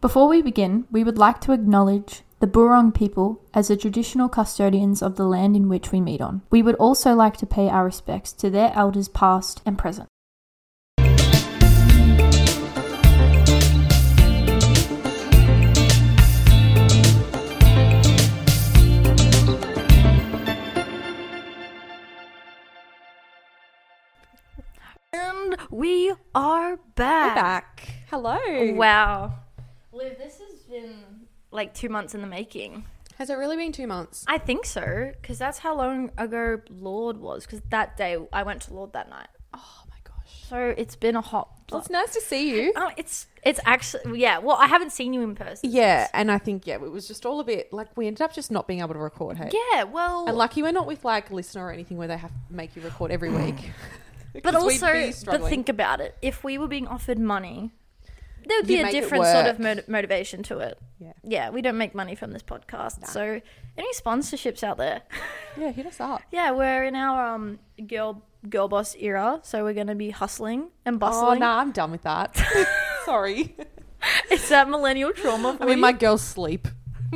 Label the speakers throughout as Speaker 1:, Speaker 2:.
Speaker 1: Before we begin, we would like to acknowledge the Burong people as the traditional custodians of the land in which we meet on. We would also like to pay our respects to their elders past and present.
Speaker 2: And we are
Speaker 3: We're
Speaker 2: back.
Speaker 3: back. Hello.
Speaker 2: Wow. Liv, this has been like two months in the making.
Speaker 3: Has it really been two months?
Speaker 2: I think so, because that's how long ago Lord was, because that day I went to Lord that night.
Speaker 3: Oh my gosh.
Speaker 2: So it's been a hot.
Speaker 3: Well, it's nice to see you.
Speaker 2: Oh, it's it's actually yeah. Well, I haven't seen you in person.
Speaker 3: Yeah, and I think yeah, it was just all a bit like we ended up just not being able to record. Hey,
Speaker 2: Yeah. Well,
Speaker 3: and lucky we're not with like listener or anything where they have to make you record every week.
Speaker 2: Mm. but
Speaker 3: 'Cause we'd
Speaker 2: also,
Speaker 3: be
Speaker 2: but
Speaker 3: struggling.
Speaker 2: think about it. If we were being offered money, there would be
Speaker 3: You'd
Speaker 2: a
Speaker 3: make it
Speaker 2: different sort of
Speaker 3: work.
Speaker 2: moti- motivation to it.
Speaker 3: Yeah.
Speaker 2: Yeah, we don't make money from this podcast, so any sponsorships out there?
Speaker 3: yeah, hit us up.
Speaker 2: Yeah, we're in our um girl girl boss era, so we're gonna be hustling and
Speaker 3: Oh
Speaker 2: bustling.
Speaker 3: no, I'm done with that. Sorry.
Speaker 2: It's that millennial trauma. For
Speaker 3: I mean,
Speaker 2: you?
Speaker 3: my girls sleep.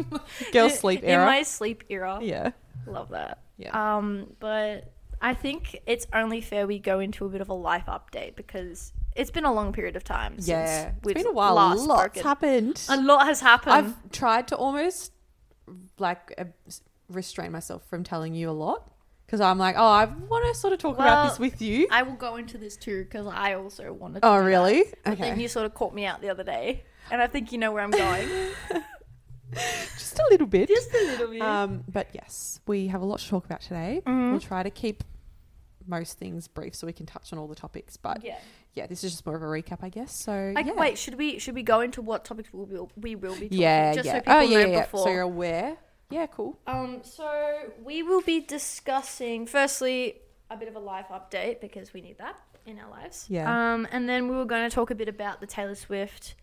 Speaker 3: girls sleep
Speaker 2: In
Speaker 3: era.
Speaker 2: my sleep era.
Speaker 3: yeah.
Speaker 2: Love that.
Speaker 3: Yeah.
Speaker 2: Um, but I think it's only fair we go into a bit of a life update because it's been a long period of time. Since
Speaker 3: Yeah. It's
Speaker 2: we've
Speaker 3: been a while.
Speaker 2: Last
Speaker 3: Lots
Speaker 2: spoken.
Speaker 3: happened.
Speaker 2: A lot has happened.
Speaker 3: I've tried to almost like uh, restrain myself from telling you a lot because I'm like, oh, I want to sort of talk
Speaker 2: Well,
Speaker 3: about this with you.
Speaker 2: I will go into this too because I also wanted. to
Speaker 3: oh,
Speaker 2: do that.
Speaker 3: really?
Speaker 2: But then
Speaker 3: Okay,
Speaker 2: you sort of caught me out the other day, and I think you know where I'm going.
Speaker 3: just a little bit.
Speaker 2: Just a little bit.
Speaker 3: Um, but yes, we have a lot to talk about today.
Speaker 2: Mm-hmm.
Speaker 3: We'll try to keep most things brief so we can touch on all the topics. But yeah,
Speaker 2: yeah.
Speaker 3: this is just more of a recap, I guess. So
Speaker 2: Like,
Speaker 3: yeah.
Speaker 2: wait, should we should we go into what topics we will we will be talking?
Speaker 3: yeah,
Speaker 2: just
Speaker 3: yeah.
Speaker 2: so people
Speaker 3: oh, yeah,
Speaker 2: know
Speaker 3: yeah. yeah.
Speaker 2: before.
Speaker 3: So you're aware. Yeah, cool.
Speaker 2: um, so we will be discussing firstly a bit of a life update because we need that in our lives.
Speaker 3: Yeah.
Speaker 2: Um, and then we were going to talk a bit about the Taylor Swift.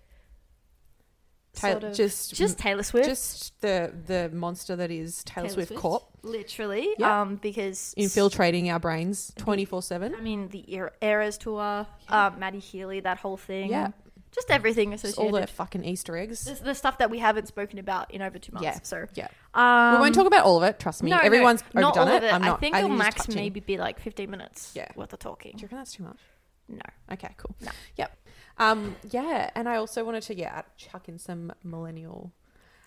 Speaker 3: Ta-
Speaker 2: sort of-
Speaker 3: just-
Speaker 2: just Taylor Swift.
Speaker 3: Just the the monster that is Taylor, Swift, Corp
Speaker 2: Literally.
Speaker 3: Yeah.
Speaker 2: Um, because
Speaker 3: infiltrating our brains
Speaker 2: Mm-hmm.
Speaker 3: twenty four seven.
Speaker 2: I mean the Eras Eras tour, uh, Maddie Healy, that whole thing.
Speaker 3: Yeah.
Speaker 2: Just everything
Speaker 3: Just
Speaker 2: associated.
Speaker 3: all the fucking Easter eggs.
Speaker 2: the, the stuff that we haven't spoken about in over two months.
Speaker 3: Yeah.
Speaker 2: So
Speaker 3: Yeah.
Speaker 2: um,
Speaker 3: we won't talk about all of it. Trust me. Everyone's
Speaker 2: not
Speaker 3: overdone
Speaker 2: all of
Speaker 3: it. I'm not.
Speaker 2: I think it'll
Speaker 3: just
Speaker 2: max
Speaker 3: touching.
Speaker 2: maybe be like 15 minutes
Speaker 3: Yeah.
Speaker 2: worth of talking.
Speaker 3: Do you reckon that's too much?
Speaker 2: No.
Speaker 3: Okay, cool.
Speaker 2: No.
Speaker 3: Yep. Um, yeah, and I also wanted to yeah chuck in some millennial.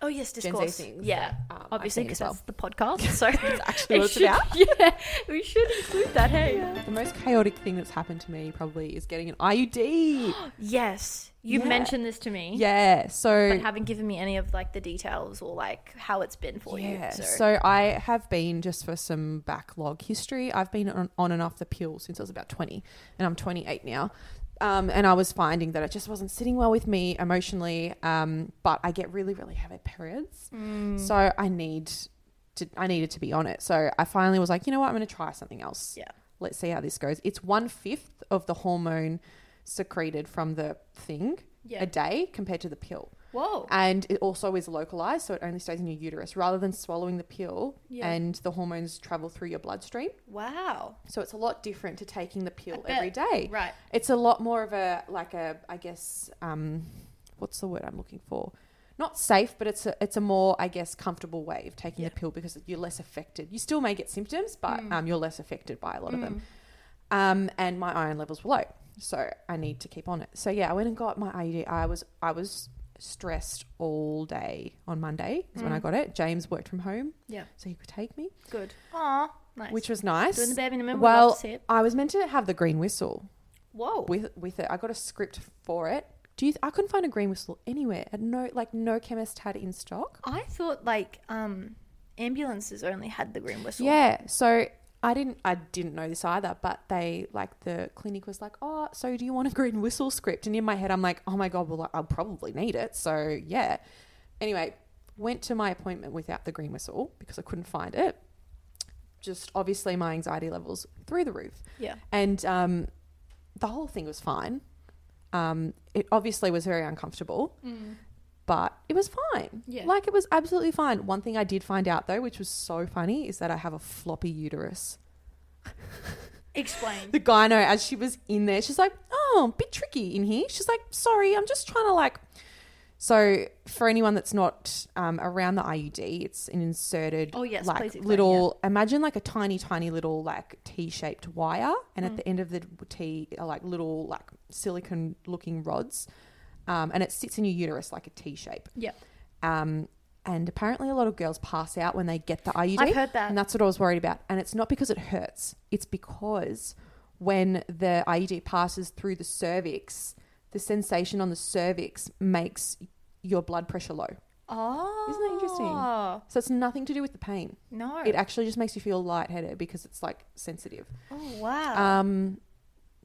Speaker 2: Oh, yes,
Speaker 3: Z
Speaker 2: discourse.
Speaker 3: things
Speaker 2: Yeah.
Speaker 3: that, um, I've
Speaker 2: Obviously,
Speaker 3: seen
Speaker 2: because
Speaker 3: as well.
Speaker 2: that's the podcast. So
Speaker 3: actually
Speaker 2: it
Speaker 3: what it's
Speaker 2: should-
Speaker 3: about.
Speaker 2: Yeah. We should include that, hey?
Speaker 3: The most chaotic thing that's happened to me probably is getting an IUD.
Speaker 2: Yes. You
Speaker 3: Yeah.
Speaker 2: mentioned this to me.
Speaker 3: yeah. So
Speaker 2: But haven't given me any of like the details or like how it's been for
Speaker 3: yeah.
Speaker 2: you.
Speaker 3: So.
Speaker 2: So,
Speaker 3: I have been just for some backlog history. I've been on, on and off the pill since I was about twenty, and I'm 28 now. Um, and I was finding that it just wasn't sitting well with me emotionally. Um, but I get really, really heavy periods,
Speaker 2: Mm.
Speaker 3: so I need to. I needed to be on it. So I finally was like, you know what, I'm going to try something else.
Speaker 2: Yeah.
Speaker 3: Let's see how this goes. It's one fifth of the hormone secreted from the thing
Speaker 2: Yeah.
Speaker 3: a day compared to the pill
Speaker 2: whoa.
Speaker 3: and it also is localized, so it only stays in your uterus rather than swallowing the pill
Speaker 2: Yeah.
Speaker 3: and the hormones travel through your bloodstream.
Speaker 2: Wow.
Speaker 3: So it's a lot different to taking the pill
Speaker 2: bet.
Speaker 3: every day.
Speaker 2: Right.
Speaker 3: It's a lot more of a like a I guess um, what's the word I'm looking for? Not safe, but it's a it's a more I guess comfortable way of taking the
Speaker 2: Yeah. Mm.
Speaker 3: pill because you're less affected. You still may get symptoms, but um, you're less affected by a lot of them. Um, and my iron levels were low, so I need to keep on it. So yeah, I went and got my IUD. I was I was stressed all day on Monday is
Speaker 2: Mm.
Speaker 3: when I got it. James worked from home,
Speaker 2: Yeah.
Speaker 3: so he could take me,
Speaker 2: Good. Aw. Nice.
Speaker 3: which was nice.
Speaker 2: Doing the baby in a minute. we'd love
Speaker 3: Well,
Speaker 2: to see it.
Speaker 3: I was meant to have the green whistle
Speaker 2: Whoa.
Speaker 3: with with it. I got a script for it. Do you? I couldn't find a green whistle anywhere. At no, like no chemist had it in stock.
Speaker 2: I thought like um ambulances only had the green whistle.
Speaker 3: Yeah, so I didn't. I didn't know this either. But they like the clinic was like, oh, so do you want a green whistle script? And in my head, I'm like, oh my god, well, I'll probably need it. So yeah. Anyway, went to my appointment without the green whistle because I couldn't find it. Just obviously, my anxiety levels through the roof.
Speaker 2: Yeah.
Speaker 3: and um, the whole thing was fine. Um, it obviously was very uncomfortable, but it was fine.
Speaker 2: Mm. Yeah.
Speaker 3: Like it was absolutely fine. One thing I did find out though, which was so funny, is that I have a floppy uterus.
Speaker 2: Explain.
Speaker 3: The gyno, as she was in there, she's like, "Oh, bit tricky in here." She's like, "Sorry, I'm just trying to like So for anyone that's not um, around the IUD, it's an inserted,
Speaker 2: Oh, yes,
Speaker 3: like
Speaker 2: please explain,
Speaker 3: little. Imagine like a tiny, tiny little like T-shaped wire, and
Speaker 2: Mm.
Speaker 3: at the end of the T are like little like silicon-looking rods, um, and it sits in your uterus like a T shape.
Speaker 2: Yep.
Speaker 3: Um, and apparently, a lot of girls pass out when they get the IUD.
Speaker 2: I've heard that.
Speaker 3: And that's what I was worried about. And it's not because it hurts, it's because when the IUD passes through the cervix, the sensation on the cervix makes your blood pressure low.
Speaker 2: Oh.
Speaker 3: Isn't that interesting? So it's nothing to do with the pain.
Speaker 2: No.
Speaker 3: It actually just makes you feel lightheaded because it's like sensitive.
Speaker 2: oh, wow.
Speaker 3: Um,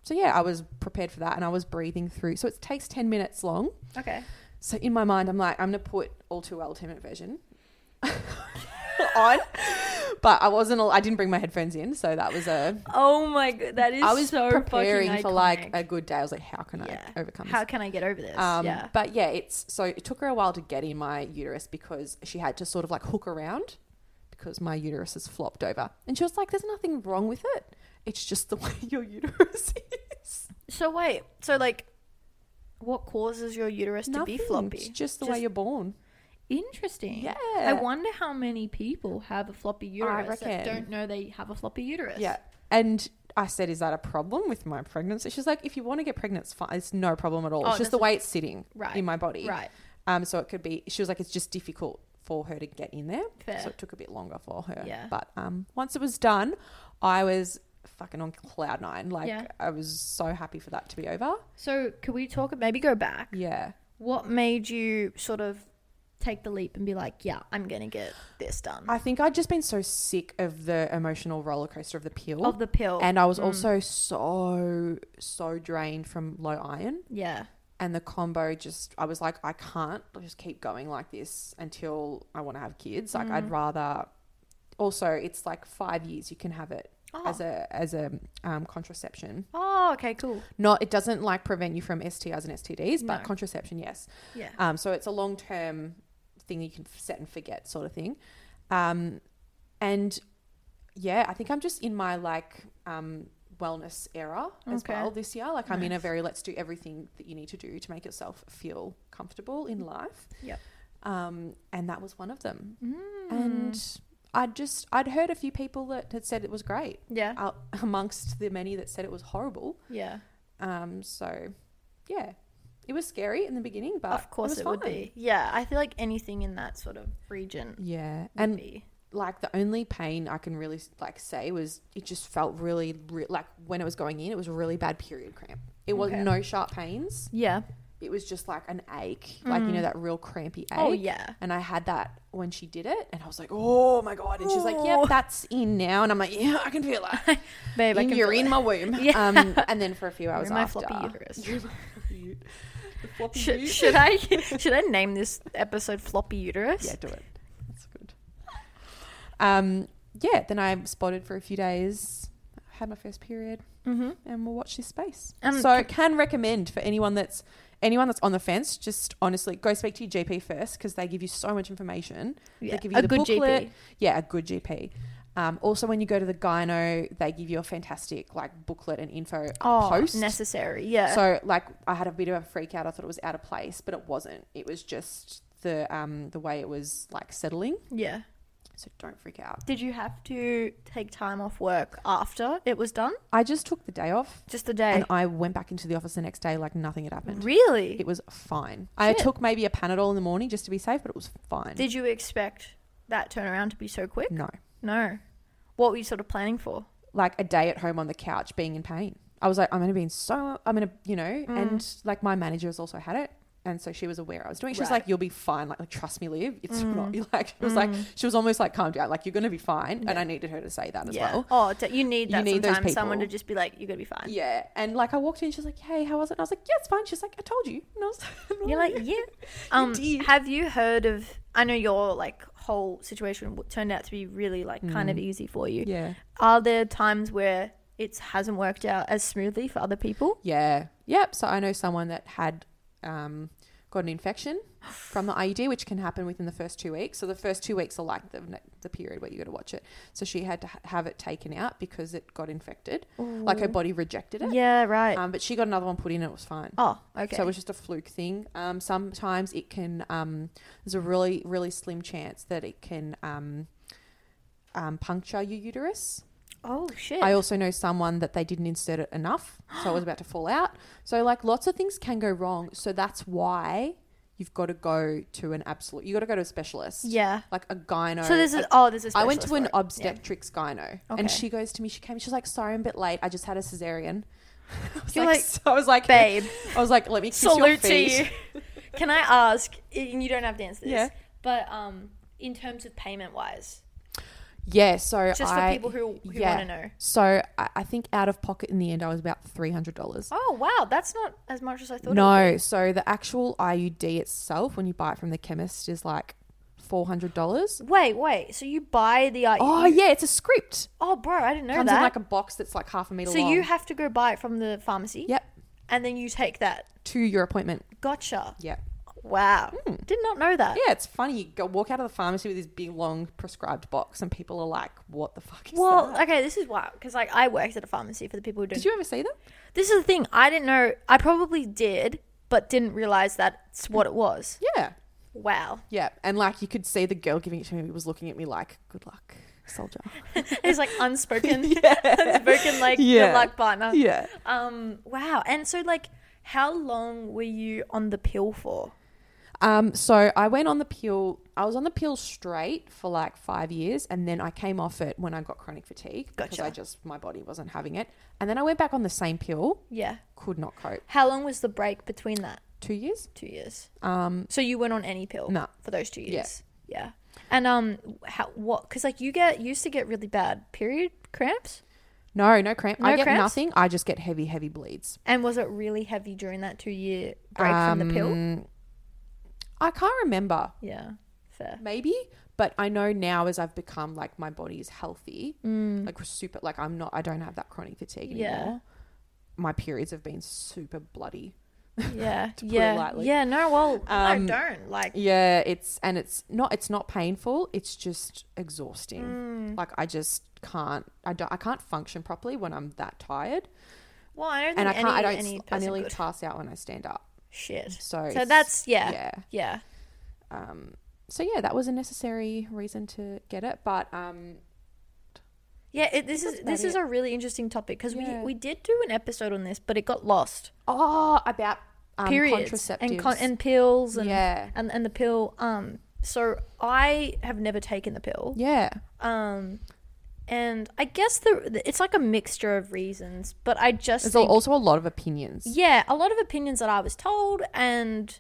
Speaker 3: so yeah, I was prepared for that and I was breathing through. So it takes 10 minutes long.
Speaker 2: okay.
Speaker 3: So in my mind, I'm like, I'm gonna put all too well Ultimate version on, but I wasn't. al- I didn't bring my headphones in, so that was a.
Speaker 2: Oh my god, that is
Speaker 3: I was
Speaker 2: so
Speaker 3: preparing
Speaker 2: fucking
Speaker 3: for like
Speaker 2: iconic.
Speaker 3: a good day. I was like, how can
Speaker 2: Yeah.
Speaker 3: I overcome
Speaker 2: How
Speaker 3: this?
Speaker 2: can I get over this?
Speaker 3: Um,
Speaker 2: yeah.
Speaker 3: But yeah, it's so it took her a while to get in my uterus because she had to sort of like hook around because my uterus has flopped over, and she was like, "There's nothing wrong with it. It's just the way your uterus is.
Speaker 2: So wait, so like, what causes your uterus to be
Speaker 3: Nothing.
Speaker 2: floppy?
Speaker 3: It's just the
Speaker 2: Just-
Speaker 3: way you're born.
Speaker 2: Interesting.
Speaker 3: Yeah.
Speaker 2: I wonder how many people have a floppy uterus
Speaker 3: reckon.
Speaker 2: that don't know they have a floppy uterus.
Speaker 3: Yeah. And I said, Is that a problem with my pregnancy? She's like, If you want to get pregnant, it's fine. It's no problem at all.
Speaker 2: Oh,
Speaker 3: it's just the
Speaker 2: that's
Speaker 3: way it's sitting
Speaker 2: Right.
Speaker 3: in my body.
Speaker 2: Right.
Speaker 3: Um, so it could be, she was like, It's just difficult for her to get in there.
Speaker 2: Fair.
Speaker 3: So it took a bit longer for her.
Speaker 2: Yeah.
Speaker 3: But um, once it was done, I was fucking on cloud nine. Like,
Speaker 2: Yeah.
Speaker 3: I was so happy for that to be over.
Speaker 2: So could we talk? Maybe go back.
Speaker 3: Yeah.
Speaker 2: What made you sort of take the leap and be like, yeah, I'm gonna get this done
Speaker 3: I think I'd just been so sick of the emotional roller coaster of the pill.
Speaker 2: of the pill? Mm.
Speaker 3: and I was also so, so drained from low iron.
Speaker 2: yeah.
Speaker 3: and the combo just i was like i can't just keep going like this until i want to have kids like
Speaker 2: Mm.
Speaker 3: i'd rather also it's like five years you can have it as a as a um, contraception
Speaker 2: Oh, okay, cool.
Speaker 3: not it doesn't like prevent you from stis and stds but
Speaker 2: No.
Speaker 3: contraception yes
Speaker 2: Yeah.
Speaker 3: um, so it's a long term thing you can f- set and forget sort of thing um, and yeah i think i'm just in my like um, wellness era as
Speaker 2: Okay.
Speaker 3: well this year like i'm in a very let's do everything that you need to do to make yourself feel comfortable in life
Speaker 2: Yep. Hmm.
Speaker 3: um, and that was one of them and i'd just i'd heard a few people that had said it was great
Speaker 2: Yeah.
Speaker 3: out amongst the many that said it was horrible
Speaker 2: Yeah.
Speaker 3: um, so yeah, it was scary in the beginning, but
Speaker 2: of course
Speaker 3: Uh, was
Speaker 2: it, would
Speaker 3: fine.
Speaker 2: be. Yeah. I feel like anything in that sort of region would
Speaker 3: Yeah, and
Speaker 2: be.
Speaker 3: like the only pain I can really like say was it just felt really re- like when it was going in, it was really bad period cramp. It was
Speaker 2: Okay.
Speaker 3: not no sharp pains.
Speaker 2: Yeah.
Speaker 3: It was just like an ache, like you know that real crampy ache.
Speaker 2: Mm-hmm. Oh yeah.
Speaker 3: And I had that when she did it, and I was like, "Oh my god!" And she's like, "Yep, that's in now." And I'm like, "Yeah, I can feel that.
Speaker 2: Babe, Oh. I
Speaker 3: In-
Speaker 2: can
Speaker 3: you're
Speaker 2: feel
Speaker 3: in
Speaker 2: it.
Speaker 3: my womb."
Speaker 2: Yeah.
Speaker 3: Um, and then for a few hours
Speaker 2: in my
Speaker 3: after,
Speaker 2: floppy uterus.
Speaker 3: You're in my floppy ut- the floppy
Speaker 2: Should,
Speaker 3: ut-
Speaker 2: should I should I name this episode floppy uterus?
Speaker 3: Yeah, do it. That's good. Um, yeah, then I spotted for a few days, had my first period,
Speaker 2: Mm-hmm.
Speaker 3: and we'll watch this space.
Speaker 2: Um,
Speaker 3: so can recommend for anyone that's anyone that's on the fence. Just honestly, go speak to your GP first because they give you so much information.
Speaker 2: Yeah,
Speaker 3: They give you
Speaker 2: a
Speaker 3: the
Speaker 2: good
Speaker 3: booklet.
Speaker 2: GP.
Speaker 3: Yeah, a good GP. Um, also, when you go to the gyno, they give you a fantastic like booklet and info
Speaker 2: Oh,
Speaker 3: post.
Speaker 2: necessary. Yeah.
Speaker 3: So like I had a bit of a freak out. I thought it was out of place, but it wasn't. It was just the um the way it was like settling.
Speaker 2: yeah.
Speaker 3: So don't freak out.
Speaker 2: Did you have to take time off work after it was done?
Speaker 3: I just took the day off
Speaker 2: Just a day.
Speaker 3: and I went back into the office the next day like nothing had happened.
Speaker 2: Really?
Speaker 3: It was fine. I
Speaker 2: Shit.
Speaker 3: took maybe a Panadol in the morning just to be safe, but it was fine.
Speaker 2: Did you expect that turnaround to be so quick?
Speaker 3: no.
Speaker 2: No. What were you sort of planning for?
Speaker 3: Like a day at home on the couch being in pain. I was like, I'm going to be in so, I'm going to, you know,
Speaker 2: Mm.
Speaker 3: and like my manager has also had it. And so she was aware I was doing. She was
Speaker 2: Right. Mm.
Speaker 3: like, "You'll be fine. Like, like trust me, Liv. It's not you like." She was like, she was almost like, "Calm down. Like, you're gonna be fine." And I needed her to say that as well.
Speaker 2: Oh, d- you need
Speaker 3: You
Speaker 2: that
Speaker 3: need those
Speaker 2: sometimes. Someone to
Speaker 3: people.
Speaker 2: just be like, you're going to be fine.
Speaker 3: Yeah. And like I walked in, she's like, Hey, how was it? And I was like, Yeah, it's fine. She's like, I told you. And I was and
Speaker 2: You're
Speaker 3: I'm
Speaker 2: like, yeah. Um,
Speaker 3: did.
Speaker 2: have you heard of? I know your like whole situation w- turned out to be really like kind
Speaker 3: Mm.
Speaker 2: of easy for you.
Speaker 3: Yeah.
Speaker 2: Are there times where it hasn't worked out as smoothly for other people?
Speaker 3: Yeah. Yep. So I know someone that had um, got an infection from the IUD, which can happen within the first two weeks. So the first two weeks are like the ne- the period where you got to watch it. So she had to ha- have it taken out because it got infected, like her body rejected it.
Speaker 2: Yeah, right.
Speaker 3: Um, but she got another one put in and it was fine.
Speaker 2: oh, okay.
Speaker 3: So it was just a fluke thing. Um, sometimes it can. Um, there's a really, really slim chance that it can um, um, puncture your uterus.
Speaker 2: oh shit.
Speaker 3: I also know someone that they didn't insert it enough, so it was about to fall out. So like lots of things can go wrong. So that's why you've got to go to an absolute. You got to go to a specialist.
Speaker 2: yeah.
Speaker 3: Like a gyno.
Speaker 2: So there's
Speaker 3: a-
Speaker 2: a, oh there's a
Speaker 3: I went to
Speaker 2: specialist
Speaker 3: an
Speaker 2: for it.
Speaker 3: obstetrics gyno,
Speaker 2: Okay.
Speaker 3: and she goes to me. She came. She's like, "Sorry, I'm a bit late. I just had a cesarean." I was
Speaker 2: You're
Speaker 3: like,
Speaker 2: like,
Speaker 3: so I was like,
Speaker 2: Babe,
Speaker 3: I was like, "Let me kiss your
Speaker 2: salute to
Speaker 3: feet."
Speaker 2: you. Can I ask? And you don't have to answer this.
Speaker 3: Yeah.
Speaker 2: But um, in terms of payment wise,
Speaker 3: Yeah, so
Speaker 2: just
Speaker 3: I,
Speaker 2: for people who, who
Speaker 3: yeah.
Speaker 2: want to know.
Speaker 3: So I, I think out of pocket in the end, I was about three hundred dollars.
Speaker 2: Oh wow, that's not as much as I thought. it
Speaker 3: No, so the actual IUD itself, when you buy it from the chemist, is like four hundred dollars.
Speaker 2: would. Wait, wait. So you buy the IUD?
Speaker 3: Oh yeah, it's a script.
Speaker 2: Oh, bro, I didn't know
Speaker 3: Comes
Speaker 2: that.
Speaker 3: in like a box that's like half a meter
Speaker 2: so
Speaker 3: long.
Speaker 2: you have to go buy it from the pharmacy.
Speaker 3: yep
Speaker 2: And then you take that.
Speaker 3: to your appointment.
Speaker 2: Gotcha.
Speaker 3: Yep.
Speaker 2: Wow. Did not know that.
Speaker 3: Yeah, it's funny. You go walk out of the pharmacy with this big long prescribed box, and people are like, "What the fuck is
Speaker 2: Well, uh,
Speaker 3: that?"
Speaker 2: okay, this is why, because like I worked at a pharmacy for the people who don't.
Speaker 3: Did you ever see them?
Speaker 2: this is the thing. I didn't know. I probably did, but didn't realize that's what it was.
Speaker 3: Yeah,
Speaker 2: Wow.
Speaker 3: yeah, and like you could see the girl giving it to me was looking at me like, "Good luck, soldier."
Speaker 2: It's like unspoken, unspoken like
Speaker 3: Yeah.
Speaker 2: good luck partner.
Speaker 3: yeah.
Speaker 2: Um. Wow. And so like, how long were you on the pill for?
Speaker 3: Um, so I went on the pill. I was on the pill straight for like five years, and then I came off it when I got chronic fatigue because
Speaker 2: Gotcha.
Speaker 3: I just my body wasn't having it. And then I went back on the same pill.
Speaker 2: Yeah.
Speaker 3: Could not cope.
Speaker 2: How long was the break between that?
Speaker 3: Two years.
Speaker 2: Two years.
Speaker 3: Um,
Speaker 2: So you went on any pill?
Speaker 3: No.
Speaker 2: For those two
Speaker 3: Yeah.
Speaker 2: years. Yeah. And um, how what? Because like you get used to get really bad period cramps.
Speaker 3: no, no cramp. I
Speaker 2: No
Speaker 3: get
Speaker 2: cramps?
Speaker 3: nothing. I just get heavy, heavy bleeds.
Speaker 2: And was it really heavy during that two year break from the pill?
Speaker 3: Um, I can't remember.
Speaker 2: Yeah. Fair.
Speaker 3: Maybe, but I know now as I've become like my body's healthy, like super. Like I'm not. I don't have that chronic fatigue
Speaker 2: Mm. Yeah.
Speaker 3: anymore. My periods have been super bloody.
Speaker 2: Yeah.
Speaker 3: To put it
Speaker 2: yeah.
Speaker 3: lightly.
Speaker 2: Yeah. No. Well,
Speaker 3: Um,
Speaker 2: no, don't like.
Speaker 3: Yeah, it's and it's not it's not painful. It's just exhausting.
Speaker 2: Mm.
Speaker 3: Like I just can't I don't I can't function properly when I'm that tired,
Speaker 2: Well, I don't think
Speaker 3: and I
Speaker 2: any,
Speaker 3: can't I don't
Speaker 2: any
Speaker 3: sl- I
Speaker 2: person
Speaker 3: nearly
Speaker 2: could.
Speaker 3: pass out when I stand up.
Speaker 2: Shit.
Speaker 3: So
Speaker 2: So
Speaker 3: it's-
Speaker 2: that's yeah. Yeah.
Speaker 3: yeah. Um, so yeah, that was a necessary reason to get it, but um,
Speaker 2: Yeah, it, this is
Speaker 3: about
Speaker 2: this is
Speaker 3: it.
Speaker 2: a really interesting topic because
Speaker 3: Yeah.
Speaker 2: we we did do an episode on this, but it got lost.
Speaker 3: oh about um,
Speaker 2: Periods
Speaker 3: contraceptives
Speaker 2: and con- and pills and
Speaker 3: yeah
Speaker 2: and and the pill. Um, so I have never taken the pill.
Speaker 3: yeah
Speaker 2: Um, and I guess the the- it's like a mixture of reasons, but I just
Speaker 3: there's
Speaker 2: think-
Speaker 3: also a lot of opinions.
Speaker 2: yeah, a lot of opinions that I was told, and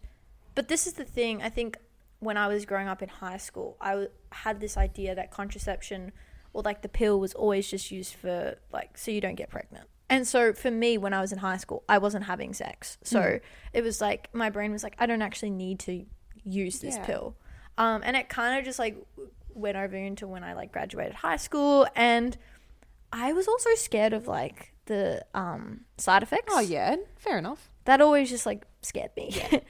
Speaker 2: but this is the thing. I think when I was growing up in high school, I w- had this idea that contraception or like the pill was always just used for like so you don't get pregnant. And so for me, when I was in high school, I wasn't having sex, so
Speaker 3: Hmm.
Speaker 2: it was like my brain was like, I don't actually need to use this
Speaker 3: Yeah.
Speaker 2: pill, um, and it kind of just like w- went over into when I like graduated high school and. I was also scared of like the um, side effects
Speaker 3: Oh yeah, fair enough.
Speaker 2: that always just like scared me.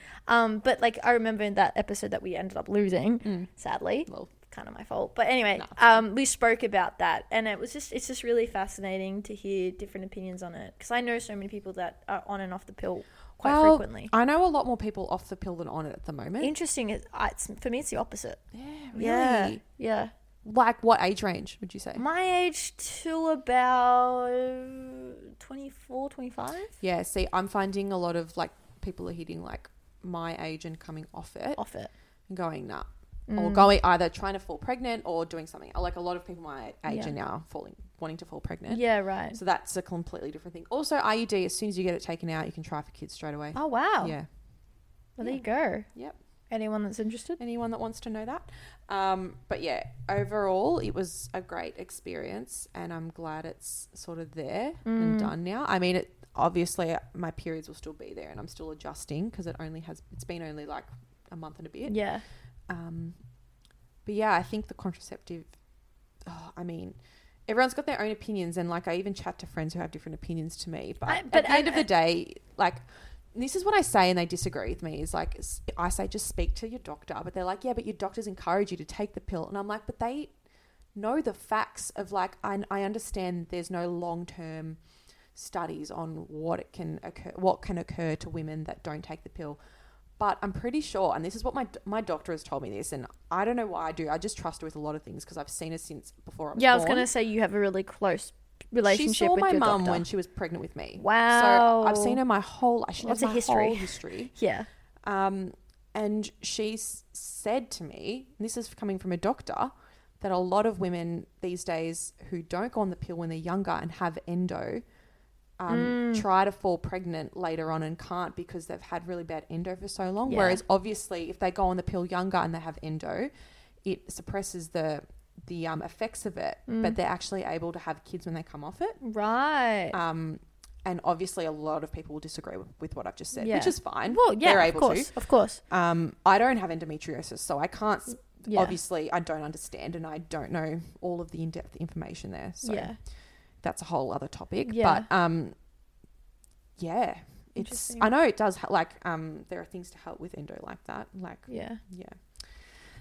Speaker 2: um, but like I remember in that episode that we ended up losing, sadly.
Speaker 3: Mm. Well.
Speaker 2: kind of my fault. But anyway,
Speaker 3: Nah,
Speaker 2: um, we spoke about that, and it was just it's just really fascinating to hear different opinions on it because I know so many people that are on and off the pill quite
Speaker 3: Well,
Speaker 2: frequently.
Speaker 3: I know a lot more people off the pill than on it at the moment.
Speaker 2: Interesting. It, I- it's, for me, it's the opposite.
Speaker 3: yeah,
Speaker 2: Yeah,
Speaker 3: really. Eh.
Speaker 2: yeah.
Speaker 3: Like what age range would you say?
Speaker 2: My age to about uh, 24, 25?
Speaker 3: Yeah, see, I'm finding a lot of like people are hitting like my age and coming off it
Speaker 2: off it.
Speaker 3: and going nah.
Speaker 2: Mm.
Speaker 3: Or going either trying to fall pregnant or doing something. Like a lot of people my age
Speaker 2: Yeah.
Speaker 3: are now falling wanting to fall pregnant.
Speaker 2: Yeah, right.
Speaker 3: So that's a completely different thing. Also, IUD, as soon as you get it taken out, you can try for kids straight away.
Speaker 2: Oh wow.
Speaker 3: Yeah.
Speaker 2: Well, there you go.
Speaker 3: Yep.
Speaker 2: Anyone that's interested?
Speaker 3: Anyone that wants to know that. Um, but yeah, overall, it was a great experience and I'm glad it's sort of there and done now. I mean, it obviously uh, my periods will still be there and I'm still adjusting because it only has, it's been only like a month and a bit.
Speaker 2: Yeah.
Speaker 3: Um, but yeah, I think the contraceptive, oh, I mean, everyone's got their own opinions. And like, I even chat to friends who have different opinions to me. But,
Speaker 2: I- but
Speaker 3: at the end
Speaker 2: I-
Speaker 3: of the day, like, and this is what I say, and they disagree with me. Is like s- I say, just speak to your doctor, but they're like, yeah, but your doctors encourage you to take the pill, and I'm like, but they know the facts of like I, I understand there's no long term studies on what it can occur, what can occur to women that don't take the pill, but I'm pretty sure, and this is what my my doctor has told me this, and I don't know why I do. I just trust her with a lot of things because I've seen her since before I was
Speaker 2: Yeah, I was
Speaker 3: born.
Speaker 2: gonna say you have a really close
Speaker 3: She
Speaker 2: relationship
Speaker 3: saw
Speaker 2: with
Speaker 3: my
Speaker 2: your
Speaker 3: mum
Speaker 2: doctor.
Speaker 3: when she was pregnant with me.
Speaker 2: Wow.
Speaker 3: So I've seen her my whole life. She knows
Speaker 2: Lots of
Speaker 3: my
Speaker 2: history.
Speaker 3: whole history.
Speaker 2: yeah.
Speaker 3: Um, and she s- said to me, and this is coming from a doctor, that a lot of women these days who don't go on the pill when they're younger and have endo um,
Speaker 2: Mm.
Speaker 3: try to fall pregnant later on and can't because they've had really bad endo for so long.
Speaker 2: Yeah.
Speaker 3: Whereas obviously, if they go on the pill younger and they have endo, it suppresses the the um, effects of it,
Speaker 2: Mm.
Speaker 3: but they're actually able to have kids when they come off it.
Speaker 2: Right.
Speaker 3: Um, and obviously, a lot of people will disagree with, with what I've just said, which
Speaker 2: Yeah.
Speaker 3: is fine.
Speaker 2: well, yeah,
Speaker 3: they're
Speaker 2: of
Speaker 3: able
Speaker 2: course, of course.
Speaker 3: to. Um, I don't have endometriosis, so I can't. s
Speaker 2: Yeah.
Speaker 3: Obviously, I don't understand, and I don't know all of the in-depth information there. So
Speaker 2: yeah.
Speaker 3: that's a whole other topic.
Speaker 2: Yeah.
Speaker 3: But um, yeah, it's.
Speaker 2: Interesting.
Speaker 3: I know it does. he- Like um, there are things to help with endo like that. Like
Speaker 2: Yeah.
Speaker 3: yeah,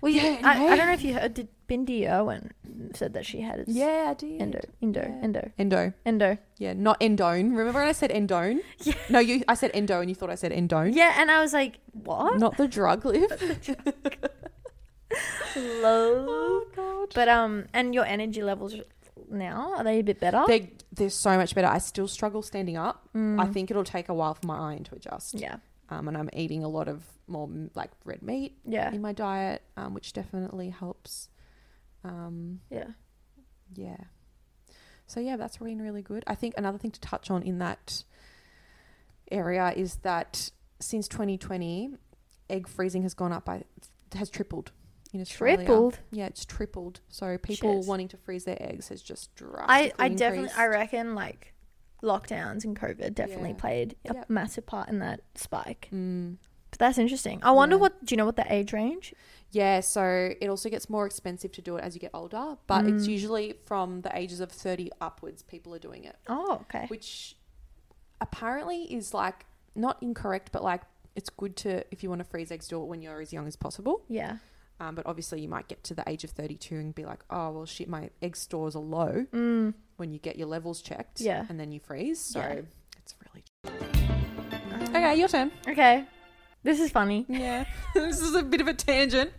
Speaker 2: Well, yeah.
Speaker 3: Yeah,
Speaker 2: I, I
Speaker 3: anyway.
Speaker 2: don't know if you heard. Did Bindi Irwin said that she had its
Speaker 3: yeah, I did.
Speaker 2: endo, endo,
Speaker 3: Yeah.
Speaker 2: endo,
Speaker 3: Endo.
Speaker 2: endo.
Speaker 3: Yeah, not endone. Remember when I said endone?
Speaker 2: Yeah.
Speaker 3: No, you. I said endo, and you thought I said endone.
Speaker 2: Yeah, and I was like, what?
Speaker 3: Not the drug, Liv.
Speaker 2: Low.
Speaker 3: God.
Speaker 2: But um, and your energy levels now are they a bit better?
Speaker 3: They're, they're so much better. I still struggle standing up.
Speaker 2: Mm.
Speaker 3: I think it'll take a while for my iron to adjust.
Speaker 2: Yeah.
Speaker 3: Um, and I'm eating a lot of more mm, like red meat
Speaker 2: Yeah.
Speaker 3: in my diet, um, which definitely helps. Um,
Speaker 2: Yeah.
Speaker 3: yeah. So yeah, that's been really good. I think another thing to touch on in that area is that since 2020, egg freezing has gone up by has tripled in Australia.
Speaker 2: Tripled.
Speaker 3: Yeah, it's tripled. So people
Speaker 2: Shiz.
Speaker 3: wanting to freeze their eggs has just drastically
Speaker 2: I, I definitely
Speaker 3: increased.
Speaker 2: I reckon like lockdowns and COVID definitely
Speaker 3: Yeah.
Speaker 2: played a
Speaker 3: Yep.
Speaker 2: massive part in that spike.
Speaker 3: Mm.
Speaker 2: But that's interesting. I wonder
Speaker 3: Yeah.
Speaker 2: what do you know what the age range?
Speaker 3: Yeah, so it also gets more expensive to do it as you get older, but it's
Speaker 2: Mm.
Speaker 3: usually from the ages of 30 upwards people are doing it,
Speaker 2: Oh, okay.
Speaker 3: which apparently is like not incorrect, but like it's good to, if you want to freeze eggs, do it when you're as young as possible.
Speaker 2: Yeah.
Speaker 3: Um, but obviously, you might get to the age of 32 and be like, oh, well, shit, my egg stores are low
Speaker 2: Mm.
Speaker 3: when you get your levels checked.
Speaker 2: Yeah.
Speaker 3: And then you freeze. So
Speaker 2: Yeah.
Speaker 3: it's really. Okay, your turn.
Speaker 2: Okay. This is funny.
Speaker 3: Yeah. this is a bit of a tangent,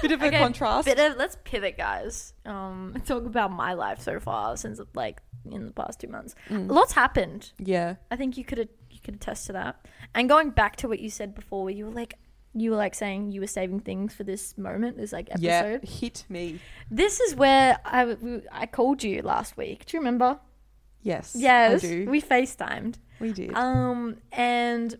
Speaker 3: bit of
Speaker 2: Okay,
Speaker 3: a contrast.
Speaker 2: Bit of, let's pivot, guys. Um, talk about my life so far since like in the past two months.
Speaker 3: Mm.
Speaker 2: Lots happened.
Speaker 3: yeah.
Speaker 2: I think you could you could attest to that. And going back to what you said before, where you were like you were like saying you were saving things for this moment, this like episode.
Speaker 3: Yeah, hit me.
Speaker 2: This is where I, we- I called you last week. Do you remember?
Speaker 3: Yes.
Speaker 2: Yes,
Speaker 3: I do.
Speaker 2: we FaceTimed.
Speaker 3: We did.
Speaker 2: Um, and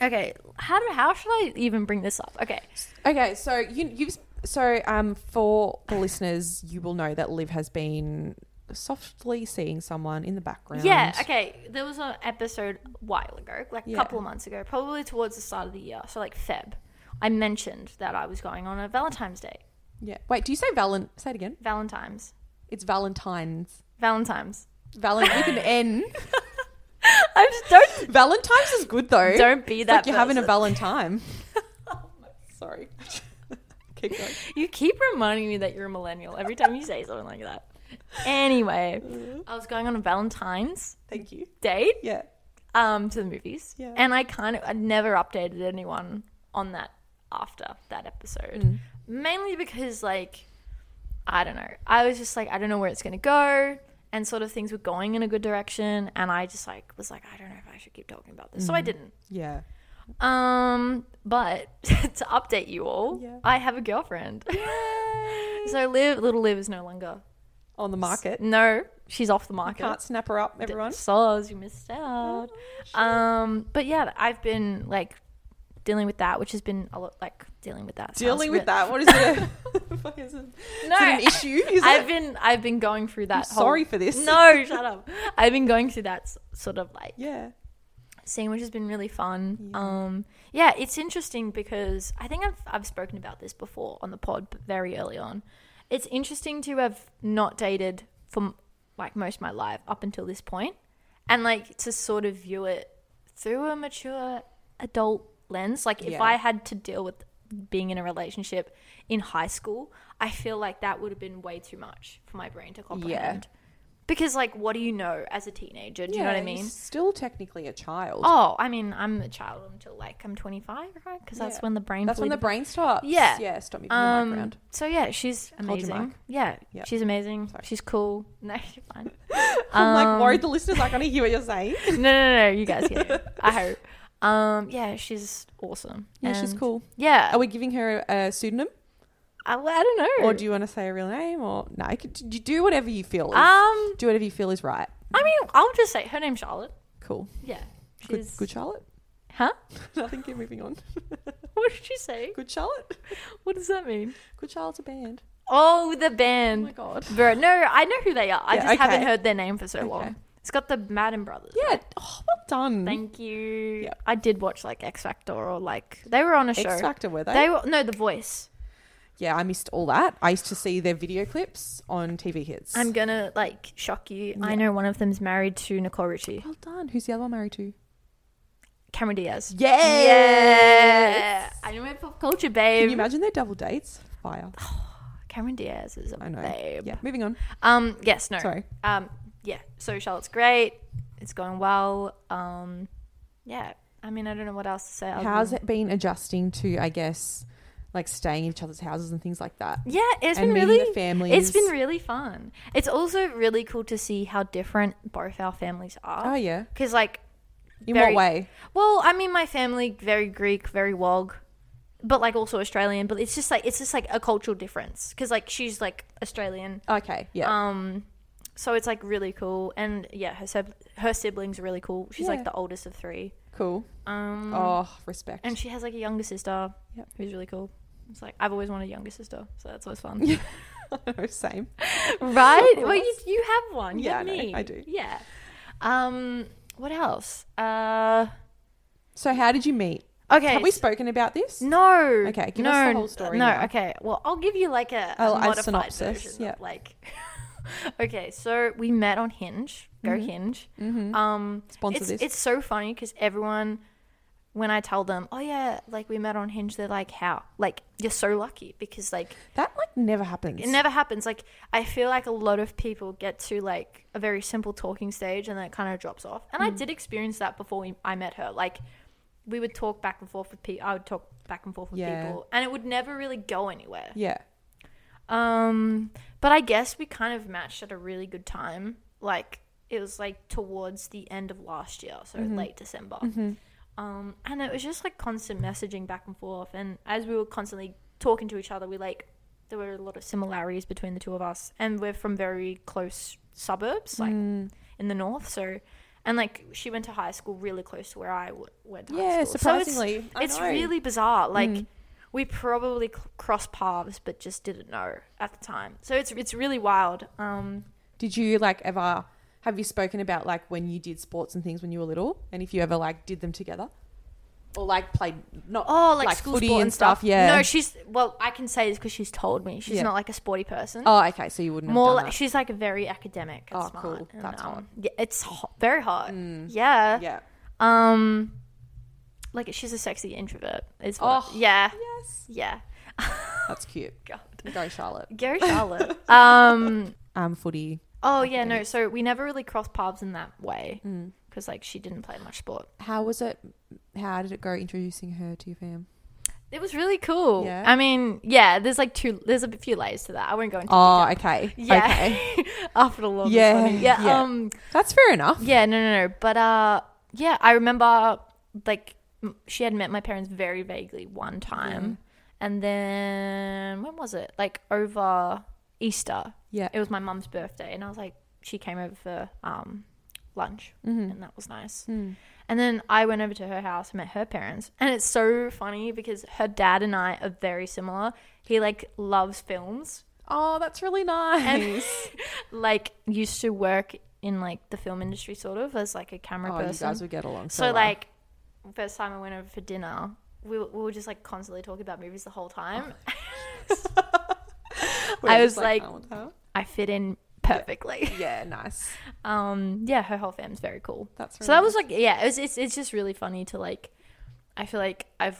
Speaker 2: okay, how do, how should I even bring this up? Okay,
Speaker 3: okay, so you you've so um for the listeners, you will know that Liv has been softly seeing someone in the background.
Speaker 2: yeah, okay. There was an episode a while ago, like a
Speaker 3: Yeah.
Speaker 2: couple of months ago, probably towards the start of the year, so like Feb. I mentioned that I was going on a Valentine's Day.
Speaker 3: Yeah. Wait, do you say Valent? Say it again.
Speaker 2: Valentine's.
Speaker 3: It's Valentine's.
Speaker 2: Valentine's.
Speaker 3: Valent with an N.
Speaker 2: I just don't
Speaker 3: Valentine's is good though.
Speaker 2: don't be
Speaker 3: It's
Speaker 2: that.
Speaker 3: like you're having a
Speaker 2: person.
Speaker 3: Valentine. Sorry. Keep going.
Speaker 2: You keep reminding me that you're a millennial every time you say something like that. Anyway, I was going on a Valentine's
Speaker 3: Thank you.
Speaker 2: date
Speaker 3: Yeah.
Speaker 2: um, to the movies,
Speaker 3: Yeah.
Speaker 2: and I kind of I never updated anyone on that after that episode,
Speaker 3: Mm.
Speaker 2: mainly because like I don't know, I was just like I don't know where it's gonna go, and sort of things were going in a good direction, and I just like was like I don't know if I should keep talking about this, so I
Speaker 3: Mm.
Speaker 2: didn't.
Speaker 3: Yeah.
Speaker 2: Um, but to update you all,
Speaker 3: Yeah.
Speaker 2: I have a girlfriend. so Liv, little Liv is no longer.
Speaker 3: On the market.
Speaker 2: No, she's off the market.
Speaker 3: Can't snap her up,
Speaker 2: D-
Speaker 3: everyone. Oh,
Speaker 2: Soz, you missed out. um, but yeah, I've been like dealing with that, which has been a lot like dealing with that. sounds
Speaker 3: Dealing
Speaker 2: re-
Speaker 3: with that. What is it? a- is it
Speaker 2: No,
Speaker 3: Is it an issue? Is
Speaker 2: I've
Speaker 3: it?
Speaker 2: been I've been going through that.
Speaker 3: I'm
Speaker 2: whole-
Speaker 3: sorry for this.
Speaker 2: No, shut up. I've been going through that s- sort of like
Speaker 3: Yeah.
Speaker 2: scene, which has been really fun.
Speaker 3: Yeah.
Speaker 2: Um, yeah, it's interesting because I think I've I've spoken about this before on the pod, but very early on. It's interesting to have not dated for like most of my life up until this point, and like to sort of view it through a mature adult lens. Like if
Speaker 3: Yeah.
Speaker 2: I had to deal with being in a relationship in high school, I feel like that would have been way too much for my brain to comprehend. Because like what do you know as a teenager? Do you know what I
Speaker 3: Yeah,
Speaker 2: mean?
Speaker 3: You're still technically a child.
Speaker 2: Oh, I mean, I'm a child until like I'm 25, right? Because that's
Speaker 3: Yeah.
Speaker 2: when the brain.
Speaker 3: That's when the
Speaker 2: fully-
Speaker 3: brain stops.
Speaker 2: Yeah.
Speaker 3: Yeah. Stop moving the mic
Speaker 2: Um.
Speaker 3: around.
Speaker 2: So yeah, she's
Speaker 3: Hold your
Speaker 2: amazing.
Speaker 3: mic.
Speaker 2: Yeah,
Speaker 3: Yeah.
Speaker 2: she's amazing.
Speaker 3: Sorry.
Speaker 2: She's cool. No, you're fine.
Speaker 3: I'm
Speaker 2: um,
Speaker 3: like worried the listeners aren't going to hear what you're saying.
Speaker 2: no, no, no. You guys get it. I hope. Um. Yeah, she's awesome.
Speaker 3: Yeah, she's
Speaker 2: And-
Speaker 3: cool.
Speaker 2: Yeah.
Speaker 3: Are we giving her a pseudonym,
Speaker 2: I, well, I don't know.
Speaker 3: or do you want to say a real name, or no? You could- you do whatever you feel. Is,
Speaker 2: Um.
Speaker 3: do whatever you feel is right.
Speaker 2: I mean, I'll just say her name's Charlotte.
Speaker 3: Cool.
Speaker 2: Yeah.
Speaker 3: Good,
Speaker 2: She's
Speaker 3: good Charlotte.
Speaker 2: Huh?
Speaker 3: Nothing. Keep moving on.
Speaker 2: What did she say?
Speaker 3: Good Charlotte.
Speaker 2: What does that mean?
Speaker 3: Good Charlotte's a band.
Speaker 2: Oh, the
Speaker 3: Oh
Speaker 2: band.
Speaker 3: my god.
Speaker 2: Bro, no, I know who they are. I
Speaker 3: Yeah,
Speaker 2: just haven't
Speaker 3: okay.
Speaker 2: heard their name for so
Speaker 3: Okay.
Speaker 2: long. It's got the Madden brothers.
Speaker 3: Yeah. Oh, well done.
Speaker 2: Thank you.
Speaker 3: Yeah.
Speaker 2: I did watch like X Factor or like they were on a show.
Speaker 3: X Factor were they?
Speaker 2: They were no The Voice.
Speaker 3: Yeah, I missed all that. I used to see their video clips on TV Hits.
Speaker 2: I'm gonna like shock you. I
Speaker 3: Yeah.
Speaker 2: know one of them's married to Nicole Richie,
Speaker 3: well done. Who's the other one married to?
Speaker 2: Cameron Diaz.
Speaker 3: Yes.
Speaker 2: Yeah, I know my pop culture
Speaker 3: Can you
Speaker 2: babe.
Speaker 3: imagine their double dates? Fire.
Speaker 2: Cameron Diaz is a
Speaker 3: I know.
Speaker 2: babe.
Speaker 3: Yeah. Moving on.
Speaker 2: Um. Yes. No.
Speaker 3: Sorry.
Speaker 2: Um. Yeah. So Charlotte's great. It's going well. Um. Yeah. I mean, I don't know what else to say. other
Speaker 3: How's
Speaker 2: than-
Speaker 3: it been adjusting to? I guess like staying in each other's houses and things like that.
Speaker 2: Yeah, it's
Speaker 3: and
Speaker 2: been
Speaker 3: meeting
Speaker 2: really
Speaker 3: the families.
Speaker 2: It's been really fun. It's also really cool to see how different both our families
Speaker 3: Oh
Speaker 2: are.
Speaker 3: yeah.
Speaker 2: Because, like,
Speaker 3: In
Speaker 2: very-
Speaker 3: what way?
Speaker 2: well, I mean, my family very Greek, very Wog, but like also Australian. But it's just like it's just like a cultural difference. Because like she's like Australian,
Speaker 3: Okay. Yeah.
Speaker 2: um, so it's like really cool. And yeah, her sib- her siblings are really cool. She's
Speaker 3: Yeah.
Speaker 2: like the oldest of three.
Speaker 3: cool.
Speaker 2: Um,
Speaker 3: oh, respect.
Speaker 2: and she has like a younger sister
Speaker 3: Yep.
Speaker 2: who's really cool. It's like I've always wanted a younger sister, so that's always fun.
Speaker 3: Same.
Speaker 2: right? Well, you, you have one. You
Speaker 3: Yeah,
Speaker 2: have
Speaker 3: I know.
Speaker 2: me.
Speaker 3: I do.
Speaker 2: Yeah. Um. What else? Uh.
Speaker 3: So how did you meet?
Speaker 2: Okay.
Speaker 3: Have we
Speaker 2: s-
Speaker 3: spoken about this?
Speaker 2: no.
Speaker 3: Okay, give
Speaker 2: no,
Speaker 3: us the whole story
Speaker 2: No.
Speaker 3: now.
Speaker 2: Okay. Well, I'll give you like a, a
Speaker 3: I'll add
Speaker 2: modified
Speaker 3: synopsis,
Speaker 2: version.
Speaker 3: yeah.
Speaker 2: Of like. okay, so we met on Hinge. Go Hinge.
Speaker 3: Mm-hmm.
Speaker 2: Um.
Speaker 3: Sponsor
Speaker 2: it's,
Speaker 3: this.
Speaker 2: It's so funny because everyone. When I tell them, oh yeah, like we met on Hinge, they're like, how? Like, you're so lucky because, like,
Speaker 3: that like never happens.
Speaker 2: it never happens. Like I feel like a lot of people get to like a very simple talking stage and then it kind of drops off. And I
Speaker 3: Mm.
Speaker 2: did experience that before we, I met her. Like we would talk back and forth with people. I would talk back and forth with
Speaker 3: Yeah.
Speaker 2: people, and it would never really go anywhere.
Speaker 3: Yeah.
Speaker 2: Um, but I guess we kind of matched at a really good time. Like it was like towards the end of last year, so
Speaker 3: Mm-hmm.
Speaker 2: late December. Um, and it was just like constant messaging back and forth. And as we were constantly talking to each other, we like there were a lot of similarities between the two of us, and we're from very close suburbs, like
Speaker 3: Mm.
Speaker 2: in the north. So, and like she went to high school really close to where I w- went to
Speaker 3: Yeah.
Speaker 2: high school. So it's-
Speaker 3: Surprisingly, I
Speaker 2: it's
Speaker 3: know. Mm.
Speaker 2: really bizarre. Like we probably c crossed paths, but just didn't know at the time. So it's it's really wild. Um,
Speaker 3: Did you like ever have you spoken about like when you did sports and things when you were little, and if you ever like did them together, or like played not
Speaker 2: oh, like, school
Speaker 3: footy
Speaker 2: sport
Speaker 3: and stuff? Yeah.
Speaker 2: No, she's well. I can say this because she's told me she's
Speaker 3: Yeah.
Speaker 2: not like a sporty person.
Speaker 3: oh, okay. So you wouldn't have
Speaker 2: More
Speaker 3: done
Speaker 2: like
Speaker 3: that.
Speaker 2: she's like very academic. And
Speaker 3: Oh,
Speaker 2: smart
Speaker 3: cool.
Speaker 2: and,
Speaker 3: That's
Speaker 2: um,
Speaker 3: hot. Mm.
Speaker 2: Yeah, it's hot, very hot. Yeah.
Speaker 3: yeah.
Speaker 2: Um, like she's a sexy introvert. Is what?
Speaker 3: Oh.
Speaker 2: yeah,
Speaker 3: Yes.
Speaker 2: yeah.
Speaker 3: That's cute.
Speaker 2: God.
Speaker 3: Go Charlotte.
Speaker 2: Go Charlotte. um.
Speaker 3: Um, footy.
Speaker 2: Oh yeah, no. So we never really crossed paths in that way
Speaker 3: Mm.
Speaker 2: because like she didn't play much sport.
Speaker 3: How was it? How did it go introducing her to your fam?
Speaker 2: It was really cool.
Speaker 3: Yeah.
Speaker 2: I mean, yeah. There's like two. There's a few layers to that. I won't go into.
Speaker 3: Oh,
Speaker 2: detail.
Speaker 3: okay.
Speaker 2: yeah.
Speaker 3: Okay.
Speaker 2: After the long,
Speaker 3: Yeah,
Speaker 2: yeah, yeah,
Speaker 3: yeah.
Speaker 2: Um,
Speaker 3: That's fair enough.
Speaker 2: yeah. No, no, no. But uh, yeah. I remember like m- she had met my parents very vaguely one time, and then when was it? Like over Easter.
Speaker 3: Yeah.
Speaker 2: It was my mum's birthday, and I was like, she came over for um lunch, and that was nice. And then I went over to her house and met her parents. And it's so funny because her dad and I are very similar. He like loves films.
Speaker 3: Oh, that's really nice.
Speaker 2: And like used to work in like the film industry sort of as like a camera
Speaker 3: oh, you
Speaker 2: person.
Speaker 3: guys would get along so,
Speaker 2: so
Speaker 3: well.
Speaker 2: like first time I went over for dinner, we were, we were just like constantly talking about movies the
Speaker 3: Oh.
Speaker 2: whole time.
Speaker 3: Where
Speaker 2: I
Speaker 3: you're
Speaker 2: was
Speaker 3: just
Speaker 2: like-
Speaker 3: "Oh, what the hell?"
Speaker 2: I fit in perfectly.
Speaker 3: Yeah, nice.
Speaker 2: Um, yeah, her whole fam's very cool.
Speaker 3: That's
Speaker 2: So that was like, yeah, it was, it's it's just really funny to like. I feel like I've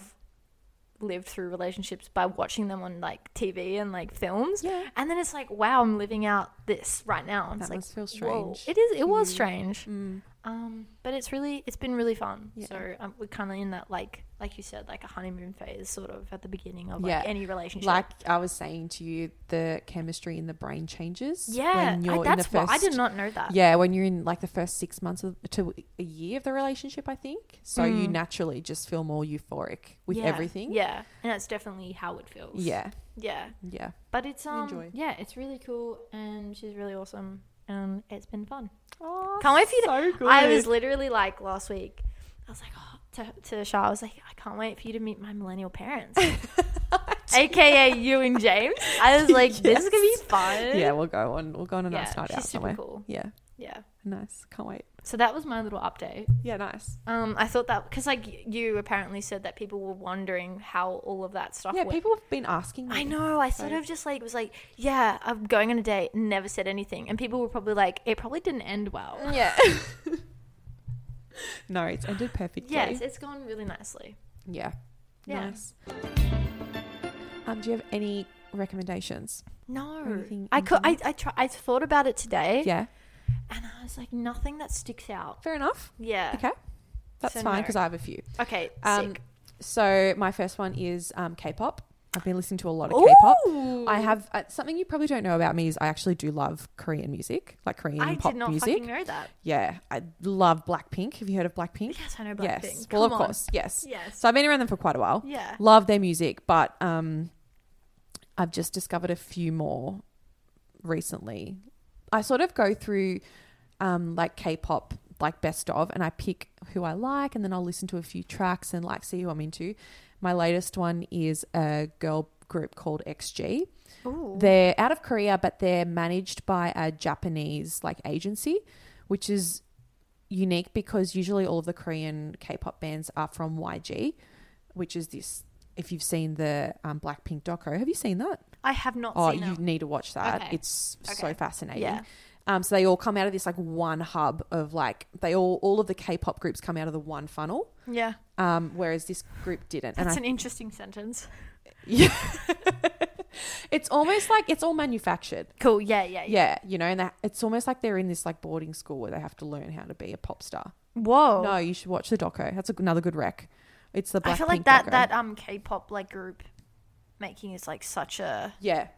Speaker 2: lived through relationships by watching them on like TV and like films,
Speaker 3: yeah.
Speaker 2: and then it's like, wow, I'm living out this right now. And
Speaker 3: That
Speaker 2: it's like,
Speaker 3: must feel
Speaker 2: whoa.
Speaker 3: strange.
Speaker 2: it is. It was strange.
Speaker 3: Mm.
Speaker 2: Um, but it's really, it's been really fun.
Speaker 3: Yeah.
Speaker 2: So um, we're kind of in that like, like you said, like a honeymoon phase, sort of at the beginning of like
Speaker 3: Yeah.
Speaker 2: any relationship.
Speaker 3: Like I was saying to you, the chemistry in the brain changes.
Speaker 2: yeah, I- that's why I did not know that.
Speaker 3: Yeah, when you're in like the first six months of, to a year of the relationship, I think. So you naturally just feel more euphoric with
Speaker 2: Mm. Yeah,
Speaker 3: everything.
Speaker 2: Yeah, and that's definitely how it feels.
Speaker 3: Yeah.
Speaker 2: yeah.
Speaker 3: Yeah.
Speaker 2: But it's um
Speaker 3: Enjoy.
Speaker 2: yeah, it's really cool and she's really awesome and it's been fun.
Speaker 3: Oh,
Speaker 2: Can't wait for you to
Speaker 3: so good.
Speaker 2: I was literally like last week, I was like, oh, to to Shah, I was like, I can't wait for you to meet my millennial parents. AKA you and James. I was like, this is gonna be fun.
Speaker 3: Yeah, we'll go on. We'll go on a
Speaker 2: Yeah,
Speaker 3: nice night
Speaker 2: she's
Speaker 3: out
Speaker 2: super
Speaker 3: somewhere.
Speaker 2: cool.
Speaker 3: Yeah,
Speaker 2: Yeah.
Speaker 3: nice. Can't wait.
Speaker 2: So that was my little update.
Speaker 3: Yeah, nice.
Speaker 2: Um, I thought that because like y- you apparently said that people were wondering how all of that stuff
Speaker 3: Yeah,
Speaker 2: went.
Speaker 3: people have been asking. Me.
Speaker 2: I know. I sort
Speaker 3: So-
Speaker 2: of just like was like, yeah, I'm going on a date, and never said anything, and people were probably like, it probably didn't end well.
Speaker 3: Mm, Yeah. no, it's ended perfectly.
Speaker 2: Yes, it's gone really nicely.
Speaker 3: Yeah.
Speaker 2: Yeah.
Speaker 3: Nice. Um, do you have any recommendations?
Speaker 2: No,
Speaker 3: Anything
Speaker 2: I
Speaker 3: in
Speaker 2: could. I I, try, I thought about it today,
Speaker 3: Yeah.
Speaker 2: and I was like, nothing that sticks out.
Speaker 3: Fair enough.
Speaker 2: Yeah.
Speaker 3: Okay. That's
Speaker 2: So
Speaker 3: fine
Speaker 2: no.
Speaker 3: because I have a few.
Speaker 2: Okay.
Speaker 3: Um,
Speaker 2: sick.
Speaker 3: so my first one is um, K-pop. I've been listening to a lot of K-pop.
Speaker 2: Ooh.
Speaker 3: I have uh, something you probably don't know about me is I actually do love Korean music, like Korean
Speaker 2: I
Speaker 3: pop
Speaker 2: did not
Speaker 3: music.
Speaker 2: fucking know that.
Speaker 3: Yeah, I love Blackpink. Have you heard of Blackpink?
Speaker 2: Yes, I know Blackpink.
Speaker 3: yes. Well, of
Speaker 2: Come on.
Speaker 3: course, yes.
Speaker 2: Yes.
Speaker 3: So I've been around them for quite a while.
Speaker 2: yeah.
Speaker 3: Love their music, but um, I've just discovered a few more recently. I sort of go through um, like K-pop, like best of, and I pick who I like, and then I'll listen to a few tracks and like see who I'm into. My latest one is a girl group called XG.
Speaker 2: Ooh.
Speaker 3: They're out of Korea, but they're managed by a Japanese like agency, which is unique because usually all of the Korean K-pop bands are from YG, which is this. If you've seen the um, Blackpink doco, have you seen that?
Speaker 2: I have not
Speaker 3: Oh,
Speaker 2: seen
Speaker 3: you
Speaker 2: it.
Speaker 3: need to watch that.
Speaker 2: Okay.
Speaker 3: It's
Speaker 2: Okay.
Speaker 3: so fascinating.
Speaker 2: Yeah.
Speaker 3: Um, so they all come out of this like one hub of like they all all of the K-pop groups come out of the one funnel,
Speaker 2: Yeah.
Speaker 3: um, whereas this group didn't.
Speaker 2: That's
Speaker 3: I
Speaker 2: an interesting sentence.
Speaker 3: yeah. it's almost like it's all manufactured.
Speaker 2: Cool. Yeah. Yeah. Yeah.
Speaker 3: Yeah, you know, and that, it's almost like they're in this like boarding school where they have to learn how to be a pop star.
Speaker 2: Whoa.
Speaker 3: No, you should watch the doco. That's a, another good rec. It's the Blackpink
Speaker 2: Oh. I feel like that
Speaker 3: doco.
Speaker 2: that um K-pop like group making is like such a
Speaker 3: yeah.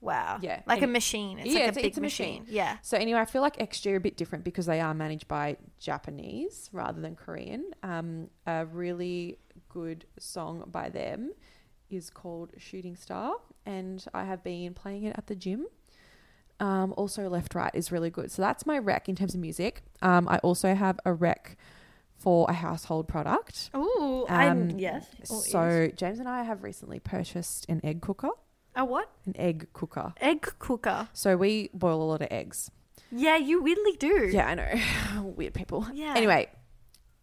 Speaker 2: wow.
Speaker 3: Yeah.
Speaker 2: Like a
Speaker 3: And-
Speaker 2: machine. It's
Speaker 3: Yeah,
Speaker 2: like a
Speaker 3: it's-
Speaker 2: big
Speaker 3: it's a
Speaker 2: machine.
Speaker 3: machine.
Speaker 2: Yeah.
Speaker 3: So anyway, I feel like XG are a bit different because they are managed by Japanese rather than Korean. Um, a really good song by them is called Shooting Star, and I have been playing it at the gym. Um, also, Left Right is really good. So that's my rec in terms of music. Um, I also have a rec for a household product.
Speaker 2: Ooh.
Speaker 3: I'm-
Speaker 2: i
Speaker 3: Um,
Speaker 2: Oh, yes.
Speaker 3: So James and I have recently purchased an egg cooker,
Speaker 2: a what?
Speaker 3: an egg cooker.
Speaker 2: Egg cooker.
Speaker 3: So we boil a lot of eggs.
Speaker 2: Yeah, you weirdly do.
Speaker 3: Yeah, I know. Weird people.
Speaker 2: Yeah.
Speaker 3: Anyway,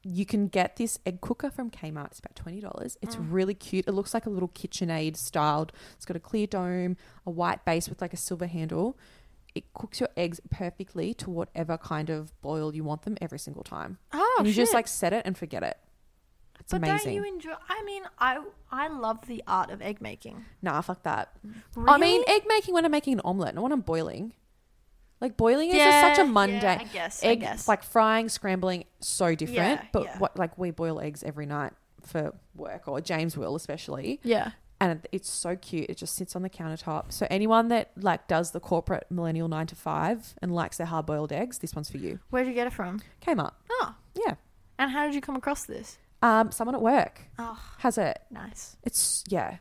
Speaker 3: you can get this egg cooker from Kmart. It's about twenty dollars.
Speaker 2: Oh.
Speaker 3: It's really cute. It looks like a little KitchenAid styled. It's got a clear dome, a white base with like a silver handle. It cooks your eggs perfectly to whatever kind of boil you want them every single time.
Speaker 2: Oh,
Speaker 3: and you just
Speaker 2: shit.
Speaker 3: like set it and forget it. It's
Speaker 2: But
Speaker 3: amazing.
Speaker 2: don't you enjoy? I mean, I I love the art of egg making.
Speaker 3: nah, fuck that.
Speaker 2: Really?
Speaker 3: I mean, egg making when I'm making an omelette, not when I'm boiling. Like boiling is just such
Speaker 2: Yeah,
Speaker 3: a mundane.
Speaker 2: yeah, I guess, I
Speaker 3: Egg,
Speaker 2: guess.
Speaker 3: like frying, scrambling, so different.
Speaker 2: Yeah,
Speaker 3: but
Speaker 2: yeah.
Speaker 3: what, like we boil eggs every night for work, or James will especially,
Speaker 2: yeah.
Speaker 3: and it- it's so cute. It just sits on the countertop. So anyone that like does the corporate millennial nine to five and likes their hard boiled eggs, this one's for you.
Speaker 2: Where'd you get it from?
Speaker 3: Kmart,
Speaker 2: Oh,
Speaker 3: yeah.
Speaker 2: and how did you come across this?
Speaker 3: Um, someone at work
Speaker 2: Oh,
Speaker 3: has it.
Speaker 2: nice.
Speaker 3: It's yeah.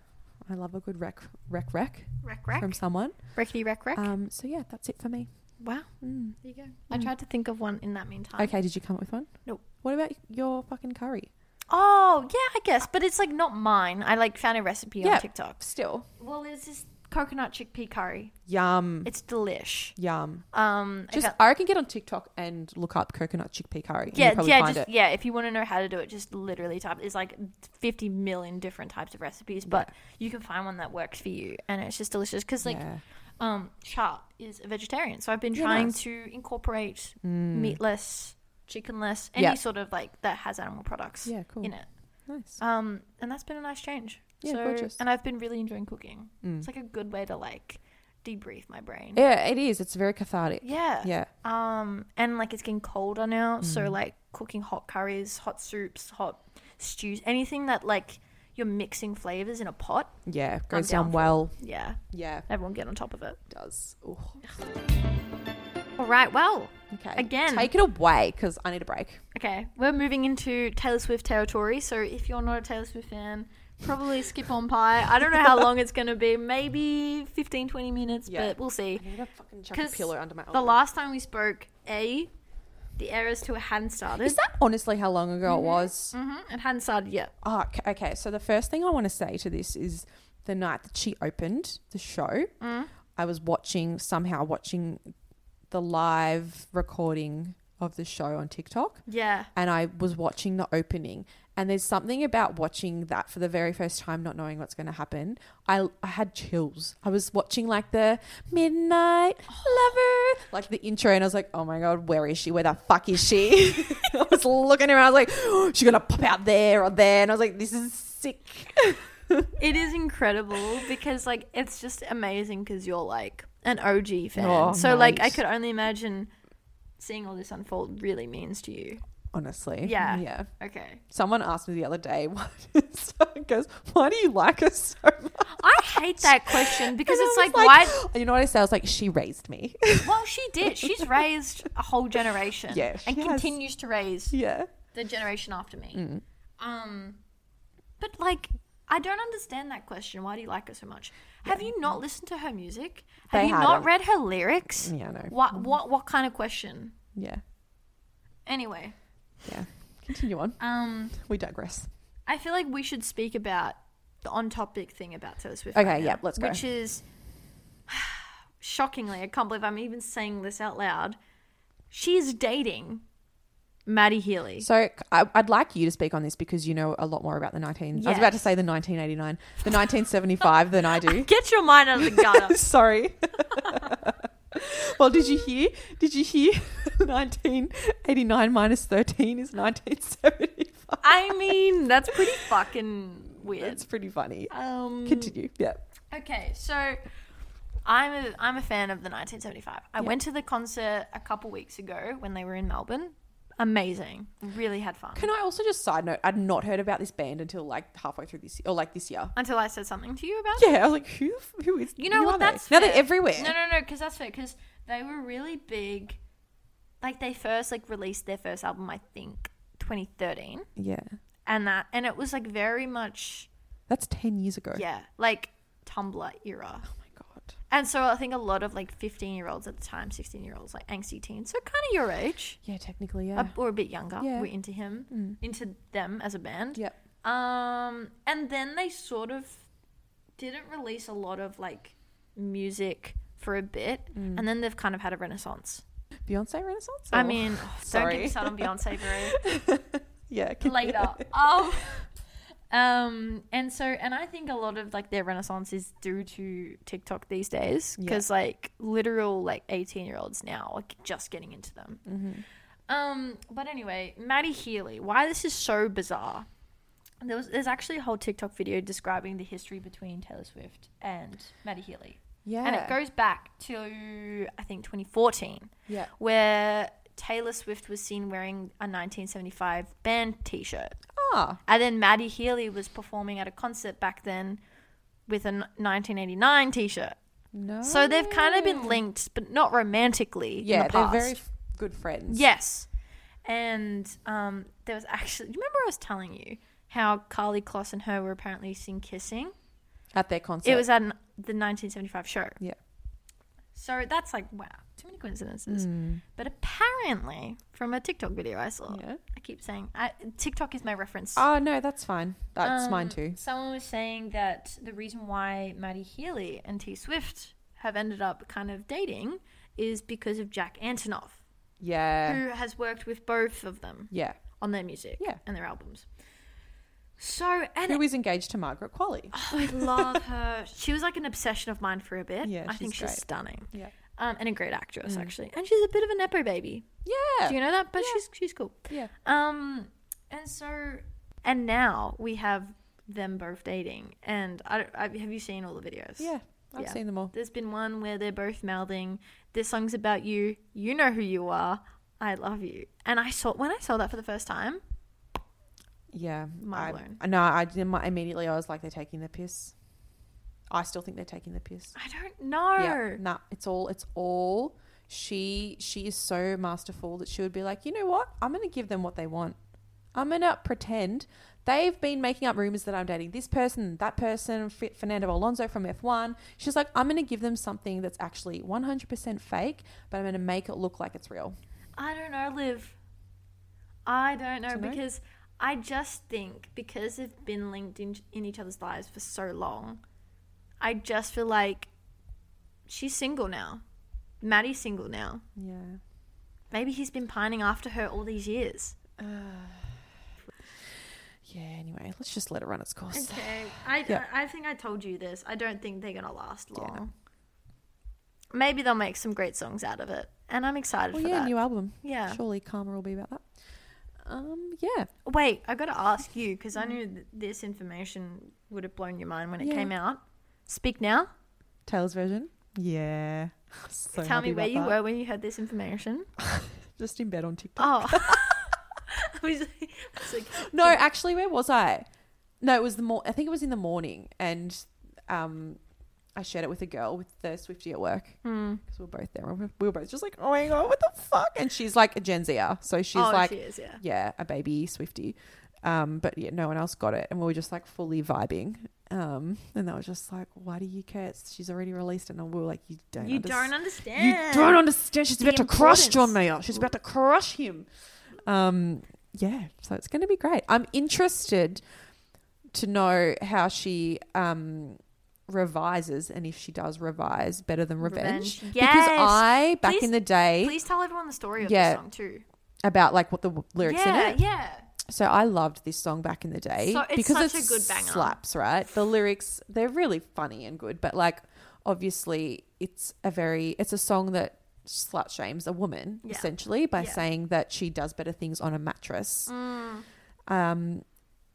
Speaker 3: I love a good rec, rec, rec
Speaker 2: Rec rec.
Speaker 3: from someone.
Speaker 2: Rickety rec rec.
Speaker 3: Um, so yeah, that's it for me.
Speaker 2: wow.
Speaker 3: Mm.
Speaker 2: There you go. I tried to think of one in that meantime.
Speaker 3: Okay, did you come up with one?
Speaker 2: Nope.
Speaker 3: What about your fucking curry?
Speaker 2: Oh, yeah, I guess. But it's like not mine. I like found a recipe on
Speaker 3: Yeah.
Speaker 2: TikTok.
Speaker 3: Still.
Speaker 2: Well, it's this coconut chickpea curry.
Speaker 3: Yum.
Speaker 2: It's delish.
Speaker 3: Yum.
Speaker 2: Um, I
Speaker 3: Mm. Just
Speaker 2: found-
Speaker 3: I reckon get on TikTok and look up coconut chickpea curry. and
Speaker 2: yeah,
Speaker 3: you'll probably
Speaker 2: yeah,
Speaker 3: find
Speaker 2: just,
Speaker 3: it.
Speaker 2: yeah. If you want to know how to do it, just literally type. It's like fifty million different types of recipes, but you can find one that works for you, and it's just delicious. Because like
Speaker 3: Yeah.
Speaker 2: um, Sharp is a vegetarian, so I've been
Speaker 3: Yeah,
Speaker 2: trying
Speaker 3: nice.
Speaker 2: to incorporate
Speaker 3: Mm.
Speaker 2: meatless, chickenless, any
Speaker 3: Yeah.
Speaker 2: sort of like that has animal products
Speaker 3: Yeah, cool.
Speaker 2: in it.
Speaker 3: Nice.
Speaker 2: Um, and that's been a nice change.
Speaker 3: Yeah,
Speaker 2: so,
Speaker 3: gorgeous.
Speaker 2: And I've been really enjoying cooking.
Speaker 3: Mm.
Speaker 2: It's like a good way to like debrief my brain.
Speaker 3: yeah, it is. It's very cathartic.
Speaker 2: yeah.
Speaker 3: Yeah. Mm.
Speaker 2: Um, and like it's getting colder now, so like cooking hot curries, hot soups, hot stews, anything that like you're mixing flavors in a pot.
Speaker 3: Yeah. Goes down,
Speaker 2: down for it.
Speaker 3: well.
Speaker 2: Yeah,
Speaker 3: Yeah.
Speaker 2: everyone get on top of it.
Speaker 3: It does. Ooh.
Speaker 2: All right. Well,
Speaker 3: Okay.
Speaker 2: Again.
Speaker 3: Take it away because I need a break.
Speaker 2: okay, we're moving into Taylor Swift territory. So if you're not a Taylor Swift fan, probably skip on pie. I don't know how long it's going to be. Maybe 15, 20 minutes,
Speaker 3: Yeah.
Speaker 2: but we'll see.
Speaker 3: I need to fucking chuck a
Speaker 2: 'Cause
Speaker 3: pillow under my elbow.
Speaker 2: The last time we spoke, A, the Eras tour hadn't started.
Speaker 3: Is that honestly how long ago it was?
Speaker 2: hmm It hadn't started yet.
Speaker 3: Ah, c- okay. So the first thing I want to say to this is the night that she opened the show,
Speaker 2: Mm-hmm.
Speaker 3: I was watching somehow watching the live recording of the show on TikTok,
Speaker 2: Yeah.
Speaker 3: and I was watching the opening. And there's something about watching that for the very first time, not knowing what's going to happen. I, I had chills. I was watching like the Midnight
Speaker 2: Oh.
Speaker 3: Lover, like the intro, and I was like, oh my God, where is she? Where the fuck is she? I was looking around, I was like, oh, she's going to pop out there or there. And I was like, this is sick.
Speaker 2: It is incredible because like it's just amazing because you're like an OG fan.
Speaker 3: Oh,
Speaker 2: so like I
Speaker 3: mate.
Speaker 2: could only imagine seeing all this unfold really means to you.
Speaker 3: Honestly.
Speaker 2: Yeah.
Speaker 3: Yeah.
Speaker 2: Okay.
Speaker 3: Someone asked me the other day, what is, goes, why do you like her so much?
Speaker 2: I hate that question because
Speaker 3: And I
Speaker 2: it's
Speaker 3: was
Speaker 2: like, why
Speaker 3: You know what I said? I was like, she raised me.
Speaker 2: well she did. She's raised a whole generation
Speaker 3: Yeah,
Speaker 2: and
Speaker 3: she has.
Speaker 2: continues to raise
Speaker 3: yeah.
Speaker 2: the generation after me.
Speaker 3: Mm.
Speaker 2: Um but like I don't understand that question. Why do you like her so much? Have you not listened to her music? Have
Speaker 3: They
Speaker 2: you not
Speaker 3: haven't.
Speaker 2: read her lyrics?
Speaker 3: Yeah, I know.
Speaker 2: What what what kind of question?
Speaker 3: Yeah.
Speaker 2: Anyway,
Speaker 3: Yeah. Continue on.
Speaker 2: um,
Speaker 3: We digress.
Speaker 2: I feel like we should speak about the on-topic thing about Taylor Swift.
Speaker 3: Okay,
Speaker 2: now,
Speaker 3: yeah, let's go.
Speaker 2: Which is shockingly, I can't believe I'm even saying this out loud. She is dating Maddie Healy.
Speaker 3: So I, I'd like you to speak on this because you know a lot more about the 19. I was about to say the 1989, the 1975 than I do.
Speaker 2: Get your mind out of the gutter.
Speaker 3: Sorry. well, did you hear? Did you hear? 1989 minus 13 is 1975.
Speaker 2: I mean, that's pretty fucking weird.
Speaker 3: It's pretty funny.
Speaker 2: Um,
Speaker 3: Continue. Yeah.
Speaker 2: Okay, so I'm a, I'm a fan of the 1975. I went to the concert a couple weeks ago when they were in Melbourne. Amazing. Really had fun.
Speaker 3: Can I also just side note? I'd not heard about this band until like halfway through this year, or like this year.
Speaker 2: Until I said something to you about it.
Speaker 3: Yeah, I was like, who? Who is?
Speaker 2: You know
Speaker 3: who
Speaker 2: what?
Speaker 3: are they?
Speaker 2: That's
Speaker 3: now
Speaker 2: fair.
Speaker 3: they're everywhere.
Speaker 2: No, no, no, because that's fair. Because they were really big. Like they first like released their first album, I think, 2013,
Speaker 3: Yeah,
Speaker 2: and that and it was like very much
Speaker 3: that's ten years ago.
Speaker 2: yeah, like Tumblr era.
Speaker 3: Oh my god.
Speaker 2: And so I think a lot of like 15 year olds at the time, 16 year olds, like angsty teens, so kind of your age
Speaker 3: Yeah, technically, yeah.
Speaker 2: a- or a bit younger,
Speaker 3: Yeah.
Speaker 2: were into him, into them as a band.
Speaker 3: Yep.
Speaker 2: Um, and then they sort of didn't release a lot of like music for a bit,
Speaker 3: Mm.
Speaker 2: and then they've kind of had a renaissance.
Speaker 3: Beyonce Renaissance.
Speaker 2: I
Speaker 3: or-
Speaker 2: mean, oh, don't get
Speaker 3: sorry.
Speaker 2: me started on Beyonce, bro.
Speaker 3: yeah. can-
Speaker 2: Later. Um, um, and so, and I think a lot of like their renaissance is due to TikTok these days because like literal like eighteen year olds now are just getting into them. Um, but anyway, Maddie Healy, why this is so bizarre. There was, there's actually a whole TikTok video describing the history between Taylor Swift and Maddie Healy.
Speaker 3: Yeah.
Speaker 2: And it goes back to, I think, 2014,
Speaker 3: Yeah.
Speaker 2: where Taylor Swift was seen wearing a 1975 band t shirt.
Speaker 3: Ah.
Speaker 2: And then Maddie Healy was performing at a concert back then with a n- 1989 t shirt.
Speaker 3: No.
Speaker 2: So they've kind of been linked, but not romantically. in
Speaker 3: Oh. Yeah,
Speaker 2: the
Speaker 3: they're
Speaker 2: past.
Speaker 3: very f- good friends.
Speaker 2: Yes. And um, there was actually, you remember I was telling you how Carly Kloss and her were apparently seen kissing?
Speaker 3: At their concert.
Speaker 2: It was at an, the 1975 show.
Speaker 3: Yeah.
Speaker 2: So that's like, wow, too many coincidences. But apparently, from a TikTok video I saw,
Speaker 3: Hmm. Yeah.
Speaker 2: I keep saying I, TikTok is my reference.
Speaker 3: Oh no, that's fine. That's mine too.
Speaker 2: Um, Someone was saying that the reason why Maddie Healy and T Swift have ended up kind of dating is because of Jack Antonoff,
Speaker 3: Yeah.
Speaker 2: mm. who has worked with both of them
Speaker 3: Yeah.
Speaker 2: on their music
Speaker 3: Yeah.
Speaker 2: and their albums. So and
Speaker 3: who
Speaker 2: it,
Speaker 3: is engaged to Margaret Qualley.
Speaker 2: I love her. She was like an obsession of mine for a bit.
Speaker 3: Yeah,
Speaker 2: I
Speaker 3: she's
Speaker 2: think she's
Speaker 3: great.
Speaker 2: stunning.
Speaker 3: Yeah.
Speaker 2: Um, and a great actress actually, and she's a bit of a nepo baby.
Speaker 3: Yeah.
Speaker 2: Do you know that? But she's she's cool.
Speaker 3: yeah.
Speaker 2: Um, and so, and now we have them both dating, and I, don't- I have you seen all the videos?
Speaker 3: Yeah. I've
Speaker 2: Yeah.
Speaker 3: seen them all.
Speaker 2: There's been one where they're both mouthing, "This song's about you. You know who you are. I love you." And I saw when I saw that for the first time,
Speaker 3: Yeah.
Speaker 2: Mind blown.
Speaker 3: I, no, I didn't. mi- Immediately, I was like, they're taking the piss. I still think they're taking the piss.
Speaker 2: I don't know.
Speaker 3: Yeah. Nah. It's all. It's all. She. She is so masterful that she would be like, you know what? I'm gonna give them what they want. I'm gonna pretend they've been making up rumors that I'm dating this person, that person, F- Fernando Alonso from F1. She's like, I'm gonna give them something that's actually 100% fake, but I'm gonna make it look like it's real.
Speaker 2: I don't know, Liv. I don't know
Speaker 3: Do you know?
Speaker 2: because I just think because they've been linked in, in each other's lives for so long, I just feel like she's single now. Maddie's single now.
Speaker 3: Yeah.
Speaker 2: Maybe he's been pining after her all these years.
Speaker 3: Yeah. Anyway, let's just let it run its course.
Speaker 2: Okay, I,
Speaker 3: Yeah.
Speaker 2: I, I think I told you this. I don't think they're gonna last long. Maybe they'll make some great songs out of it, and I'm excited
Speaker 3: Well,
Speaker 2: for
Speaker 3: yeah,
Speaker 2: that.
Speaker 3: new album.
Speaker 2: yeah.
Speaker 3: Surely Karma will be about that. Um, yeah.
Speaker 2: Wait, I got to ask you because I knew th- this information would have blown your mind when it
Speaker 3: Yeah.
Speaker 2: came out. Speak now.
Speaker 3: Taylor's version. Yeah. So
Speaker 2: Tell me
Speaker 3: happy
Speaker 2: where
Speaker 3: about
Speaker 2: you
Speaker 3: that.
Speaker 2: were when you heard this information.
Speaker 3: Just in bed on TikTok.
Speaker 2: Oh, I was like, I was like,
Speaker 3: No, actually, where was I? No, it was the mor- I think it was in the morning, and um, I shared it with a girl with the Swifty at work
Speaker 2: hmm.
Speaker 3: because we were both there. We were- We were both just like, oh my god, what the fuck? And she's like a Gen Zer, so she's
Speaker 2: oh,
Speaker 3: like,
Speaker 2: she is, yeah.
Speaker 3: yeah, a baby Swifty. Um, but yeah, no one else got it, and we were just like fully vibing. Um, and that was just like, why do you care? It's- She's already released it, and we were like, you don't,
Speaker 2: You
Speaker 3: underst-
Speaker 2: don't
Speaker 3: you
Speaker 2: understand.
Speaker 3: don't understand. She's
Speaker 2: the
Speaker 3: about to crush
Speaker 2: importance.
Speaker 3: John Mayer. She's about to crush him. Um, yeah, so it's going to be great. I'm interested to know how she um revises and if she does revise better than
Speaker 2: Revenge.
Speaker 3: revenge. Because
Speaker 2: Yes.
Speaker 3: I back
Speaker 2: Please-
Speaker 3: in the day
Speaker 2: Please tell everyone the story of
Speaker 3: Yeah.
Speaker 2: the song too.
Speaker 3: about like what the w- lyrics in it.
Speaker 2: yeah, yeah.
Speaker 3: So I loved this song back in the day
Speaker 2: So- it's
Speaker 3: because
Speaker 2: such
Speaker 3: it
Speaker 2: a good banger.
Speaker 3: slaps, right? The lyrics they're really funny and good, but like obviously it's a very it's a song that slut shames a woman
Speaker 2: Yeah.
Speaker 3: essentially by
Speaker 2: Yeah. Mm.
Speaker 3: saying that she does better things on a mattress. Um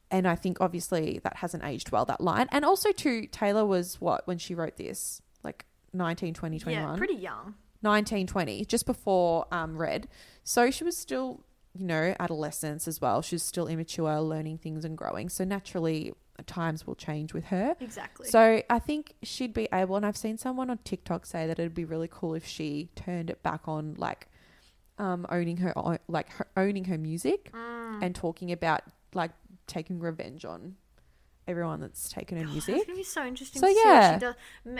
Speaker 3: and I think obviously that hasn't aged well that line. And also too Taylor was what when she wrote this? Like 19, 20, 21.
Speaker 2: Yeah, pretty young.
Speaker 3: 1920, just before um, Red. So she was still, you know, adolescence as well. She's still immature, learning things and growing. So naturally, times will change with her.
Speaker 2: Exactly.
Speaker 3: So I think she'd be able, and I've seen someone on TikTok say that it'd be really cool if she turned it back on, like um, owning her, o- like her, owning her music
Speaker 2: Mm.
Speaker 3: and talking about like taking revenge on everyone that's taken her
Speaker 2: It's
Speaker 3: music.
Speaker 2: gonna be so interesting.
Speaker 3: So,
Speaker 2: to see what
Speaker 3: yeah.
Speaker 2: she does. M-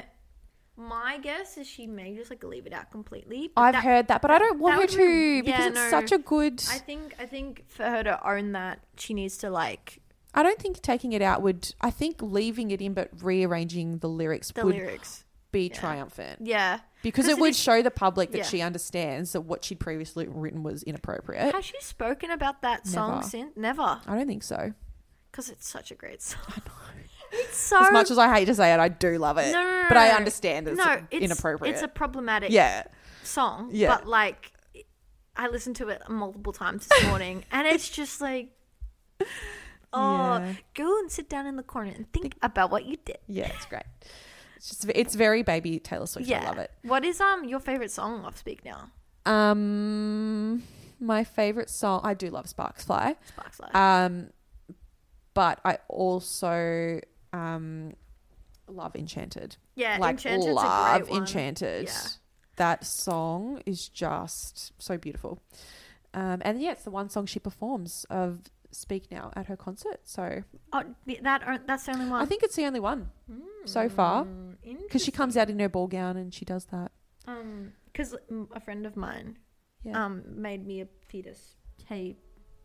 Speaker 2: My guess is she may just like leave it out completely. but
Speaker 3: I've
Speaker 2: that-
Speaker 3: heard that, but I don't want her
Speaker 2: would
Speaker 3: to
Speaker 2: be-
Speaker 3: because
Speaker 2: yeah,
Speaker 3: it's
Speaker 2: no.
Speaker 3: such a good.
Speaker 2: I think I think for her to own that, she needs to like
Speaker 3: I don't think taking it out would. I think leaving it in but rearranging the lyrics
Speaker 2: the
Speaker 3: would
Speaker 2: lyrics.
Speaker 3: be
Speaker 2: yeah.
Speaker 3: triumphant
Speaker 2: Yeah.
Speaker 3: because
Speaker 2: 'Cause
Speaker 3: it
Speaker 2: it
Speaker 3: would
Speaker 2: is-
Speaker 3: show the public that
Speaker 2: yeah.
Speaker 3: she understands that what she'd previously written was inappropriate.
Speaker 2: Has she spoken about that song
Speaker 3: Never.
Speaker 2: since? Never,
Speaker 3: I don't think so.
Speaker 2: because it's such a great song. It's so
Speaker 3: As much as I hate to say it, I do love it,
Speaker 2: no, no, no,
Speaker 3: but I
Speaker 2: no.
Speaker 3: understand that it's
Speaker 2: no, it's
Speaker 3: inappropriate.
Speaker 2: It's a problematic
Speaker 3: yeah,
Speaker 2: song.
Speaker 3: Yeah.
Speaker 2: But like, I listened to it multiple times this morning, and it's just like, oh,
Speaker 3: Yeah.
Speaker 2: go and sit down in the corner and think about what you did.
Speaker 3: yeah, it's great. It's just it's very baby Taylor Swift.
Speaker 2: Yeah,
Speaker 3: I love it.
Speaker 2: What is um your favorite song off Speak Now?
Speaker 3: Um, my favorite song. I do love Sparks Fly.
Speaker 2: Sparks Live.
Speaker 3: Um, but I also um love Enchanted.
Speaker 2: yeah,
Speaker 3: like
Speaker 2: Uh, Enchanted's a
Speaker 3: love
Speaker 2: great one.
Speaker 3: Enchanted.
Speaker 2: Yeah.
Speaker 3: That song is just so beautiful. Um, and yeah, it's the one song she performs of Speak Now at her concert. So
Speaker 2: Oh, th- that aren't- that's the only one.
Speaker 3: I think it's the only one
Speaker 2: Hmm.
Speaker 3: so far because she comes out in her ball gown and she does that.
Speaker 2: because um, a friend of mine
Speaker 3: Yeah.
Speaker 2: um made me a fetus hey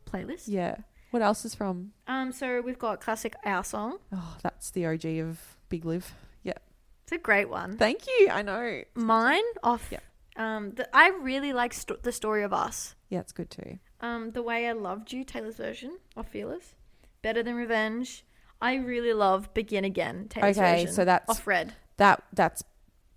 Speaker 2: playlist.
Speaker 3: Yeah. What else is from?
Speaker 2: Um, so we've got classic our song.
Speaker 3: Oh, that's the OG of Big Liv. Yeah.
Speaker 2: It's a great one.
Speaker 3: Thank you. I know.
Speaker 2: Mm. Mine off.
Speaker 3: Yeah.
Speaker 2: Um, the, I really like st- the story of us.
Speaker 3: Yeah, it's good too.
Speaker 2: Um, the way I loved you, Taylor's version of Fearless, Better Than Revenge. I really love Begin Again. Taylor's
Speaker 3: Okay,
Speaker 2: version.
Speaker 3: so that's-
Speaker 2: off red.
Speaker 3: that that's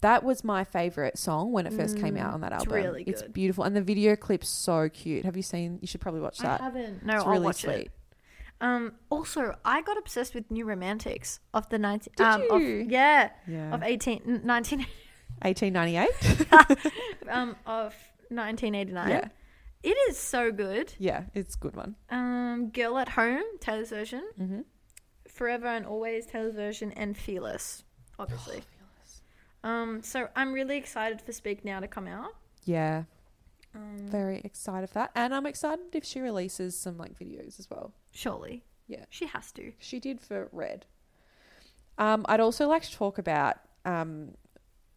Speaker 3: that was my favorite song when it first came out on that album.
Speaker 2: Mm, really
Speaker 3: It's
Speaker 2: good.
Speaker 3: beautiful, and the video clip's so cute. Have you seen? You should probably watch that.
Speaker 2: I haven't. No,
Speaker 3: it's
Speaker 2: I'll
Speaker 3: really
Speaker 2: watch
Speaker 3: sweet.
Speaker 2: it. Um, also, I got obsessed with New Romantics of the 19...
Speaker 3: Did
Speaker 2: um, of-
Speaker 3: you?
Speaker 2: yeah,
Speaker 3: Yeah,
Speaker 2: Of 18... n- 19...
Speaker 3: 1898.
Speaker 2: um, of 1989.
Speaker 3: Yeah.
Speaker 2: It is so good.
Speaker 3: yeah, it's a good one.
Speaker 2: Um, Girl at Home, Taylor's version.
Speaker 3: Mm-hmm.
Speaker 2: Forever and Always, Taylor's version. And Fearless, obviously. Um, so I'm really excited for Speak Now to come out.
Speaker 3: Yeah,
Speaker 2: Um,
Speaker 3: very excited for that, and I'm excited if she releases some like videos as well.
Speaker 2: surely.
Speaker 3: Yeah.
Speaker 2: She has to.
Speaker 3: She did for Red. Um, I'd also like to talk about um,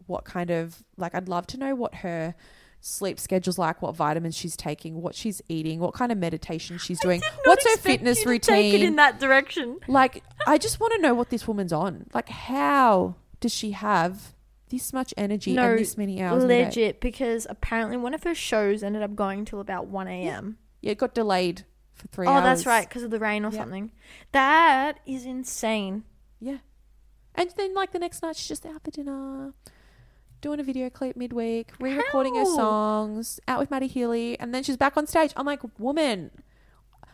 Speaker 3: what kind of like I'd love to know what her sleep schedule's like, what vitamins she's taking, what she's eating, what kind of meditation she's doing,
Speaker 2: Did not
Speaker 3: what's her
Speaker 2: expect
Speaker 3: fitness
Speaker 2: you to
Speaker 3: routine.
Speaker 2: Take it in that direction.
Speaker 3: like I just want to know what this woman's on. Like how does she have this much energy
Speaker 2: No,
Speaker 3: and this many hours? in the day?
Speaker 2: Legit, because apparently one of her shows ended up going till about 1 a.m.
Speaker 3: Yeah, it got delayed for three
Speaker 2: Oh,
Speaker 3: hours.
Speaker 2: that's right, because of the rain or
Speaker 3: Yeah.
Speaker 2: something. That is insane.
Speaker 3: Yeah. And then like the next night she's just out for dinner, doing a video clip midweek, re recording her
Speaker 2: How?
Speaker 3: songs, out with Maddie Healy, and then she's back on stage. I'm like, woman.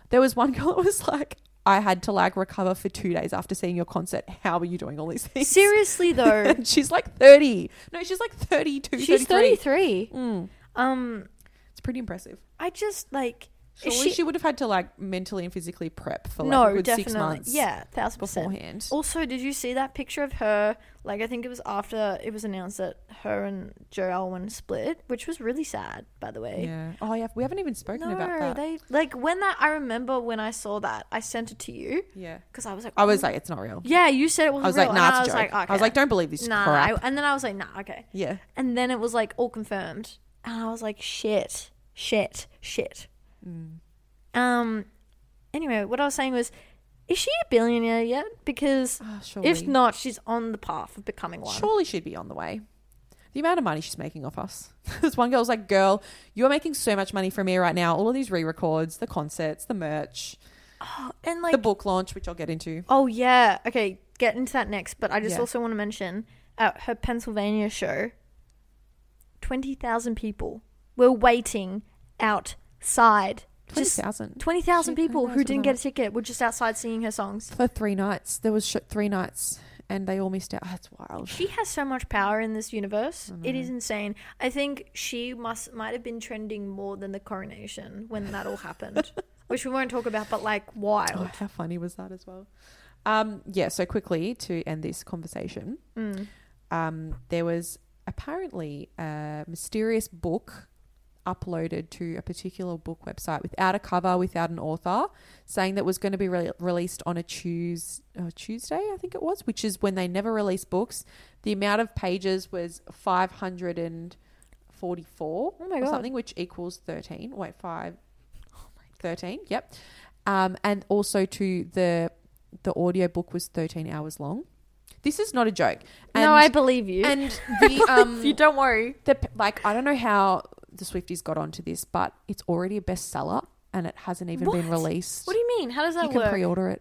Speaker 3: There was one girl that was like, I had to like recover for two days after seeing your concert. How are you doing all these things?
Speaker 2: Seriously though,
Speaker 3: And she's like 30. No, she's like 32.
Speaker 2: she's
Speaker 3: 33.
Speaker 2: 33.
Speaker 3: Mm.
Speaker 2: Um,
Speaker 3: It's pretty impressive.
Speaker 2: I just like is
Speaker 3: Surely she,
Speaker 2: she,
Speaker 3: would have had to like mentally and physically prep for like
Speaker 2: no,
Speaker 3: a good
Speaker 2: definitely,
Speaker 3: six months
Speaker 2: yeah, thousand percent.
Speaker 3: beforehand.
Speaker 2: Also, did you see that picture of her? Like, I think it was after it was announced that her and Joe Alwyn split, which was really sad, by the way.
Speaker 3: Yeah. Oh, yeah. We haven't even spoken
Speaker 2: No,
Speaker 3: about that.
Speaker 2: they like when that. I remember when I saw that, I sent it to you
Speaker 3: yeah.
Speaker 2: because I was like,
Speaker 3: I was
Speaker 2: "Oh."
Speaker 3: like, it's Mm. not real.
Speaker 2: yeah, you said it was.
Speaker 3: I was
Speaker 2: real.
Speaker 3: like,
Speaker 2: and
Speaker 3: nah, it's
Speaker 2: I
Speaker 3: a
Speaker 2: was
Speaker 3: joke.
Speaker 2: like, okay.
Speaker 3: I was like, don't believe this
Speaker 2: nah,
Speaker 3: crap.
Speaker 2: I- and then I was like, nah, okay.
Speaker 3: yeah,
Speaker 2: And then it was like all confirmed. And I was like, shit, shit, shit.
Speaker 3: Mm.
Speaker 2: Um anyway, what I was saying was, is she a billionaire yet? Because
Speaker 3: oh, surely.
Speaker 2: if not, she's on the path of becoming one.
Speaker 3: surely she'd be on the way. The amount of money she's making off us. this one girl's like, "Girl, you're making so much money from me right now. All of these re-records, the concerts, the merch,
Speaker 2: And like
Speaker 3: the book launch, which I'll get into.
Speaker 2: Oh yeah. Okay, get into that next, but I just
Speaker 3: Yeah.
Speaker 2: also want to mention at her Pennsylvania show, twenty thousand people were waiting outside.
Speaker 3: Twenty
Speaker 2: Just
Speaker 3: thousand
Speaker 2: twenty thousand
Speaker 3: Shit, I
Speaker 2: people
Speaker 3: know,
Speaker 2: who
Speaker 3: it's
Speaker 2: didn't
Speaker 3: a lot.
Speaker 2: get a ticket were just outside singing her songs.
Speaker 3: for three nights. There was sh- three nights, and they all missed out. Oh, that's wild.
Speaker 2: She has so much power in this universe. It is insane. I think she must might have been trending more than the coronation when that all happened, which we won't talk about. But like,
Speaker 3: Oh,
Speaker 2: wild.
Speaker 3: how funny was that as well? Um, yeah. So quickly to end this conversation,
Speaker 2: Mm.
Speaker 3: um, there was apparently a mysterious book uploaded to a particular book website without a cover, without an author, saying that was going to be re- released on a Tues- uh, Tuesday, I think it was, which is when they never release books. The amount of pages was 544
Speaker 2: Oh my
Speaker 3: or
Speaker 2: God.
Speaker 3: something, which equals 13. Wait, 5. 13, yep. Um, and also to the the audio book was 13 hours long. This is not a joke. And
Speaker 2: no, I believe you.
Speaker 3: and the um
Speaker 2: you don't worry.
Speaker 3: the like I don't know how the Swifties got onto this, but it's already a bestseller and it hasn't even been
Speaker 2: What?
Speaker 3: released.
Speaker 2: What do you mean? How does that
Speaker 3: you can
Speaker 2: work?
Speaker 3: pre-order it.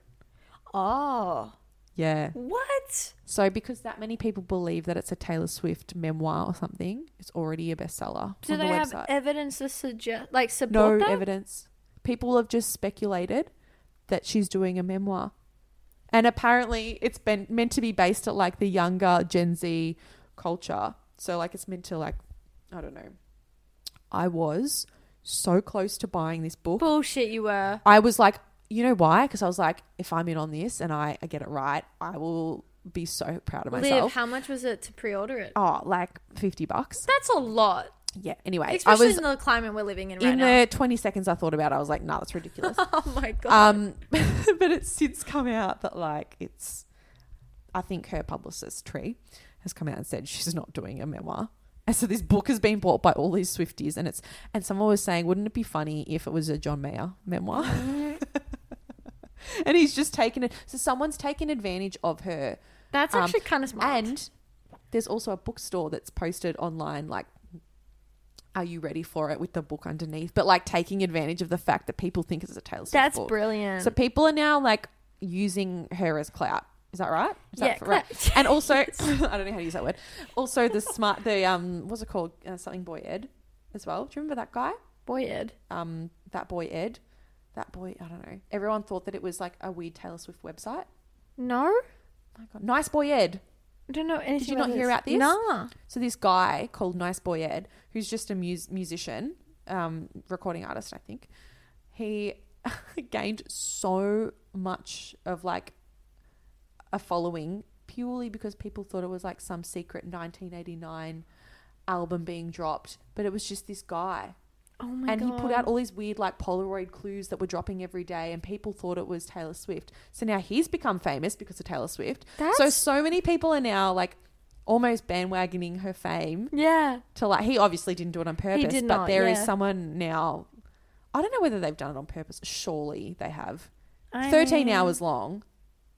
Speaker 2: oh,
Speaker 3: Yeah.
Speaker 2: what?
Speaker 3: So because that many people believe that it's a Taylor Swift memoir or something, it's already a bestseller
Speaker 2: Do
Speaker 3: on the
Speaker 2: they have
Speaker 3: website.
Speaker 2: evidence to suggest, like,
Speaker 3: no
Speaker 2: support that?
Speaker 3: evidence. People have just speculated that she's doing a memoir. And apparently it's been meant to be based at like the younger Gen Z culture. So like it's meant to like I don't know. I was so close to buying this book.
Speaker 2: Bullshit, you were.
Speaker 3: I was like, you know why? Because I was like, if I'm in on this and I, I get it right, I will be so proud of
Speaker 2: Liv,
Speaker 3: myself.
Speaker 2: how much was it to pre-order it?
Speaker 3: oh, like fifty bucks.
Speaker 2: That's a lot,
Speaker 3: Yeah. Anyway,
Speaker 2: especially
Speaker 3: I was
Speaker 2: in the climate we're living in right
Speaker 3: in
Speaker 2: now.
Speaker 3: the twenty seconds I thought about. it, I was like, nah, that's ridiculous.
Speaker 2: oh my god.
Speaker 3: um, but it's since come out that like it's, I think her publicist Tree has come out and said she's not doing a memoir. And so this book has been bought by all these Swifties, and it's and someone was saying, wouldn't it be funny if it was a John Mayer memoir? and he's just taken it. So someone's taken advantage of her
Speaker 2: That's
Speaker 3: um,
Speaker 2: actually kind of smart.
Speaker 3: and there's also a bookstore that's posted online, like, are you ready for it with the book underneath? But like taking advantage of the fact that people think it's a Taylor Swift
Speaker 2: That's
Speaker 3: book.
Speaker 2: brilliant.
Speaker 3: So people are now like using her as clout. Is that right? Is
Speaker 2: Yeah,
Speaker 3: that right? And also, I don't know how to use that word. Also, the smart, the um, what's it called? Uh, something boy Ed, as well. Do you remember that guy?
Speaker 2: Boy Ed.
Speaker 3: Um, that boy Ed, that boy. I don't know. Everyone thought that it was like a weird Taylor Swift website.
Speaker 2: No,
Speaker 3: my god, nice boy Ed.
Speaker 2: I don't know anything.
Speaker 3: you not hear about this? Oh
Speaker 2: Nah.
Speaker 3: So this guy called Nice Boy Ed, who's just a mus- musician, um, recording artist, I think, he gained so much of like a following purely because people thought it was like some secret 1989 album being dropped, but it was just this guy.
Speaker 2: Oh my
Speaker 3: and
Speaker 2: god.
Speaker 3: he put out all these weird like Polaroid clues that were dropping every day, and people thought it was Taylor Swift. So now he's become famous because of Taylor Swift.
Speaker 2: That's-
Speaker 3: So so many people are now like almost bandwagoning her fame
Speaker 2: yeah.
Speaker 3: to like he obviously didn't do it on purpose
Speaker 2: did
Speaker 3: but
Speaker 2: not,
Speaker 3: there is
Speaker 2: yeah.
Speaker 3: someone now i don't know whether they've done it on purpose surely they have
Speaker 2: I
Speaker 3: 13
Speaker 2: mean-
Speaker 3: hours long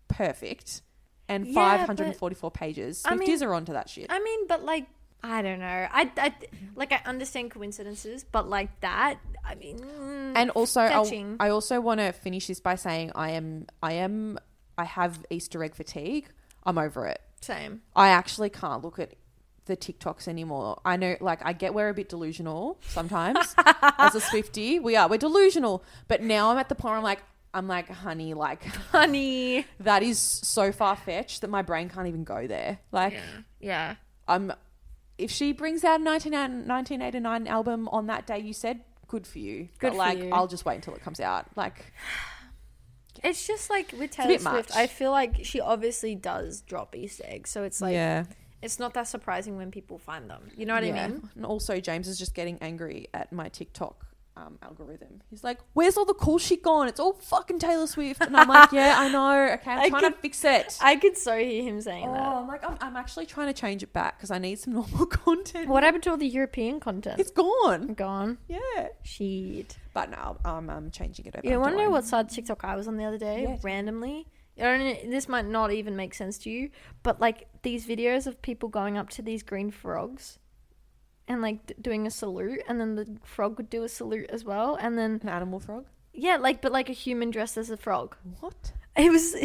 Speaker 3: perfect and
Speaker 2: Yeah,
Speaker 3: 544 pages
Speaker 2: I
Speaker 3: swifties
Speaker 2: mean-
Speaker 3: are onto that shit
Speaker 2: I mean, but like, I don't know. I, I like I understand coincidences, but like that, I mean, mm,
Speaker 3: and also I'll,
Speaker 2: fetching.
Speaker 3: i also want to finish this by saying i am i am i have easter egg fatigue i'm over it
Speaker 2: same.
Speaker 3: I actually can't look at the TikToks anymore. I know, like, I get we're a bit delusional sometimes as a Swifty. We are, we're delusional. But now I'm at the point where I'm like, I'm like, honey, like,
Speaker 2: Honey.
Speaker 3: that is so far fetched that my brain can't even go there. Like,
Speaker 2: Yeah.
Speaker 3: I'm, if she brings out a 19, 1989 album on that day, you said, good for you.
Speaker 2: Good
Speaker 3: but,
Speaker 2: for
Speaker 3: like,
Speaker 2: you.
Speaker 3: I'll just wait until it comes out. Like,
Speaker 2: It's just like with
Speaker 3: a
Speaker 2: Taylor
Speaker 3: bit
Speaker 2: Swift,
Speaker 3: much.
Speaker 2: I feel like she obviously does drop Easter eggs, so it's like
Speaker 3: yeah.
Speaker 2: it's not that surprising when people find them. You know what I
Speaker 3: Yeah.
Speaker 2: mean?
Speaker 3: And also, James is just getting angry at my TikTok um, algorithm. He's like, "Where's all the cool shit gone? It's all fucking Taylor Swift." And I'm like, "Yeah, I know. Okay, I'm
Speaker 2: I
Speaker 3: trying to
Speaker 2: could-
Speaker 3: fix it."
Speaker 2: I could so hear him saying
Speaker 3: oh,
Speaker 2: that.
Speaker 3: I'm like, I'm, I'm actually trying to change it back because I need some normal content.
Speaker 2: What happened to all the European content?
Speaker 3: Oh. It's gone.
Speaker 2: Gone.
Speaker 3: Yeah,
Speaker 2: Shit.
Speaker 3: but now I'm um, changing it over.
Speaker 2: You
Speaker 3: I'm
Speaker 2: want to know
Speaker 3: doing-
Speaker 2: what side TikTok I was on the other day,
Speaker 3: Yeah.
Speaker 2: randomly? I don't know, this might not even make sense to you, but like these videos of people going up to these green frogs and like d- doing a salute, and then the frog would do a salute as well, and then
Speaker 3: An animal frog?
Speaker 2: yeah, like but like a human dressed as a frog.
Speaker 3: What?
Speaker 2: It was.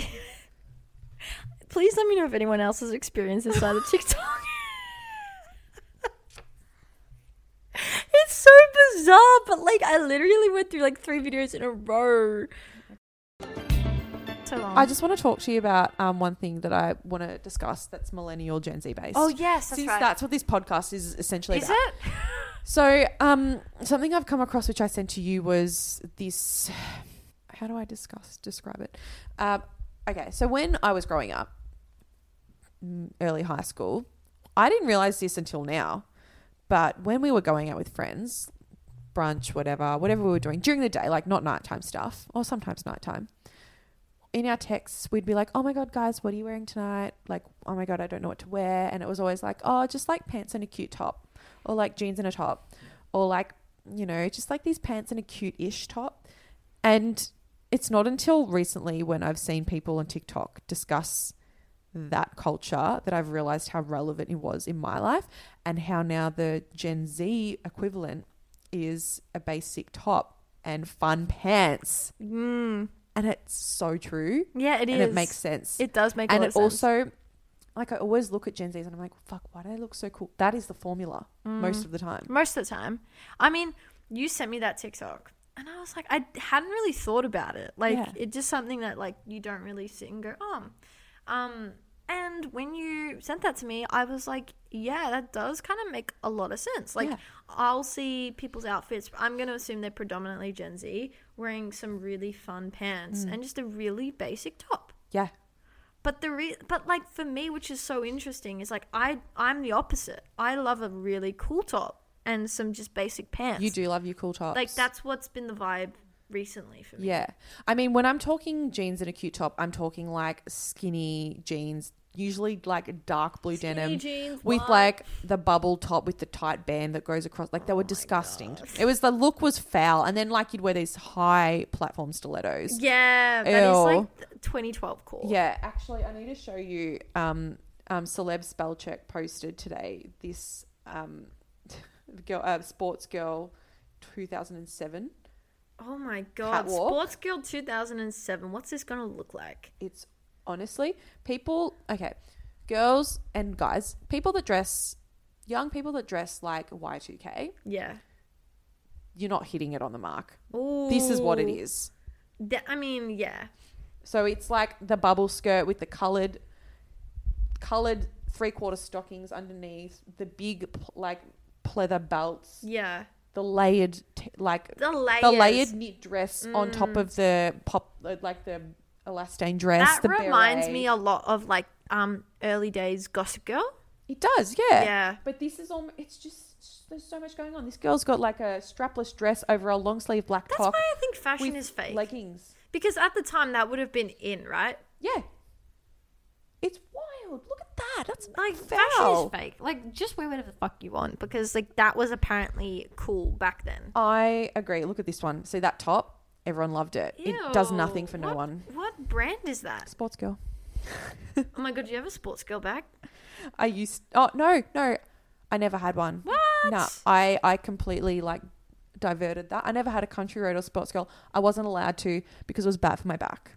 Speaker 2: Please let me know if anyone else has experienced this side of TikTok. it's so bizarre, but like I literally went through like three videos in a row. So long.
Speaker 3: I just want to talk to you about um, one thing that I want to discuss that's millennial Gen Z based.
Speaker 2: oh yes, that's
Speaker 3: Since
Speaker 2: right.
Speaker 3: that's what this podcast is essentially
Speaker 2: Is
Speaker 3: about.
Speaker 2: it?
Speaker 3: So, um, something I've come across which I sent to you was this. How do I discuss describe it? Um, okay, so when I was growing up, mm, early high school, I didn't realize this until now, but when we were going out with friends, brunch, whatever, whatever we were doing during the day, like not nighttime stuff, or sometimes nighttime. In our texts, we'd be like, "Oh my god, guys, what are you wearing tonight?" Like, "Oh my god, I don't know what to wear," and it was always like, "Oh, just like pants and a cute top." or like jeans and a top, or like, you know, just like these pants and a cute ish top. And it's not until recently when I've seen people on TikTok discuss that culture that I've realized how relevant it was in my life and how now the Gen Z equivalent is a basic top and fun pants.
Speaker 2: Mm.
Speaker 3: And it's so true.
Speaker 2: Yeah, it is.
Speaker 3: and it makes sense
Speaker 2: It does make. a
Speaker 3: and
Speaker 2: lot
Speaker 3: it
Speaker 2: of sense.
Speaker 3: also like I always look at Gen Zs and I'm like, fuck, why do they look so cool? That is the formula
Speaker 2: Mm.
Speaker 3: most of the time.
Speaker 2: most of the time. I mean, you sent me that TikTok, and I was like, I hadn't really thought about it. Like,
Speaker 3: Yeah.
Speaker 2: it's just something that like you don't really sit and go, oh. Um, and when you sent that to me, I was like, yeah, that does kind of make a lot of sense. Like,
Speaker 3: Yeah.
Speaker 2: I'll see people's outfits. I'm gonna assume they're predominantly Gen Z, wearing some really fun pants
Speaker 3: Mm.
Speaker 2: and just a really basic top.
Speaker 3: Yeah.
Speaker 2: But the re- but like for me, which is so interesting, is like I I'm the opposite. I love a really cool top and some just basic pants.
Speaker 3: You do love your cool tops.
Speaker 2: like that's what's been the vibe recently for me.
Speaker 3: Yeah. I mean, when I'm talking jeans and a cute top, I'm talking like skinny jeans, usually like dark blue
Speaker 2: Skinny
Speaker 3: denim
Speaker 2: jeans,
Speaker 3: with
Speaker 2: white.
Speaker 3: like the bubble top with the tight band that goes across. Like they
Speaker 2: Oh
Speaker 3: were disgusting. It was the look was foul. And then like you'd wear these high platform stilettos.
Speaker 2: Yeah, that is
Speaker 3: Ew.
Speaker 2: like th- 2012 core.
Speaker 3: Yeah, actually, I need to show you. Um, um, Celeb Spellcheck posted today this um, girl, uh, sports girl, two thousand and seven
Speaker 2: Oh my god.
Speaker 3: Catwalk.
Speaker 2: Sports Guild 2007. What's this going to look like?
Speaker 3: It's honestly people. Okay, girls and guys, people that dress, young people that dress like Y two K.
Speaker 2: Yeah.
Speaker 3: You're not hitting it on the mark.
Speaker 2: Ooh.
Speaker 3: This is what it is.
Speaker 2: Th- I mean, yeah.
Speaker 3: So it's like the bubble skirt with the colored, colored three quarter stockings underneath, the big pl- like pleather belts,
Speaker 2: Yeah.
Speaker 3: the layered t- like
Speaker 2: The layers. Mm.
Speaker 3: the layered knit dress on top of the pop uh, like the elastane dress.
Speaker 2: That
Speaker 3: the
Speaker 2: reminds
Speaker 3: beret.
Speaker 2: me a lot of like um early days Gossip Girl.
Speaker 3: It does, yeah.
Speaker 2: Yeah.
Speaker 3: But this is all. It's just there's so much going on. This girl's got like a strapless dress over a long sleeve black
Speaker 2: That's
Speaker 3: top
Speaker 2: why I think fashion
Speaker 3: with
Speaker 2: is fake.
Speaker 3: leggings.
Speaker 2: because at the time that would have been in, right?
Speaker 3: Yeah. It's wild. Look at that. That's
Speaker 2: Like
Speaker 3: foul.
Speaker 2: fashion is fake. Like just wear whatever the fuck you want because like that was apparently cool back then.
Speaker 3: I agree. Look at this one. See that top? Everyone loved it. It does
Speaker 2: Ew.
Speaker 3: nothing for no
Speaker 2: What-
Speaker 3: one.
Speaker 2: What brand is that?
Speaker 3: Sports girl.
Speaker 2: Oh my god, do you have a sports girl bag?
Speaker 3: I used. Oh no, no. I never had one.
Speaker 2: What?
Speaker 3: No, I I completely like diverted that. I never had a country road or sports girl. I wasn't allowed to because it was bad for my back.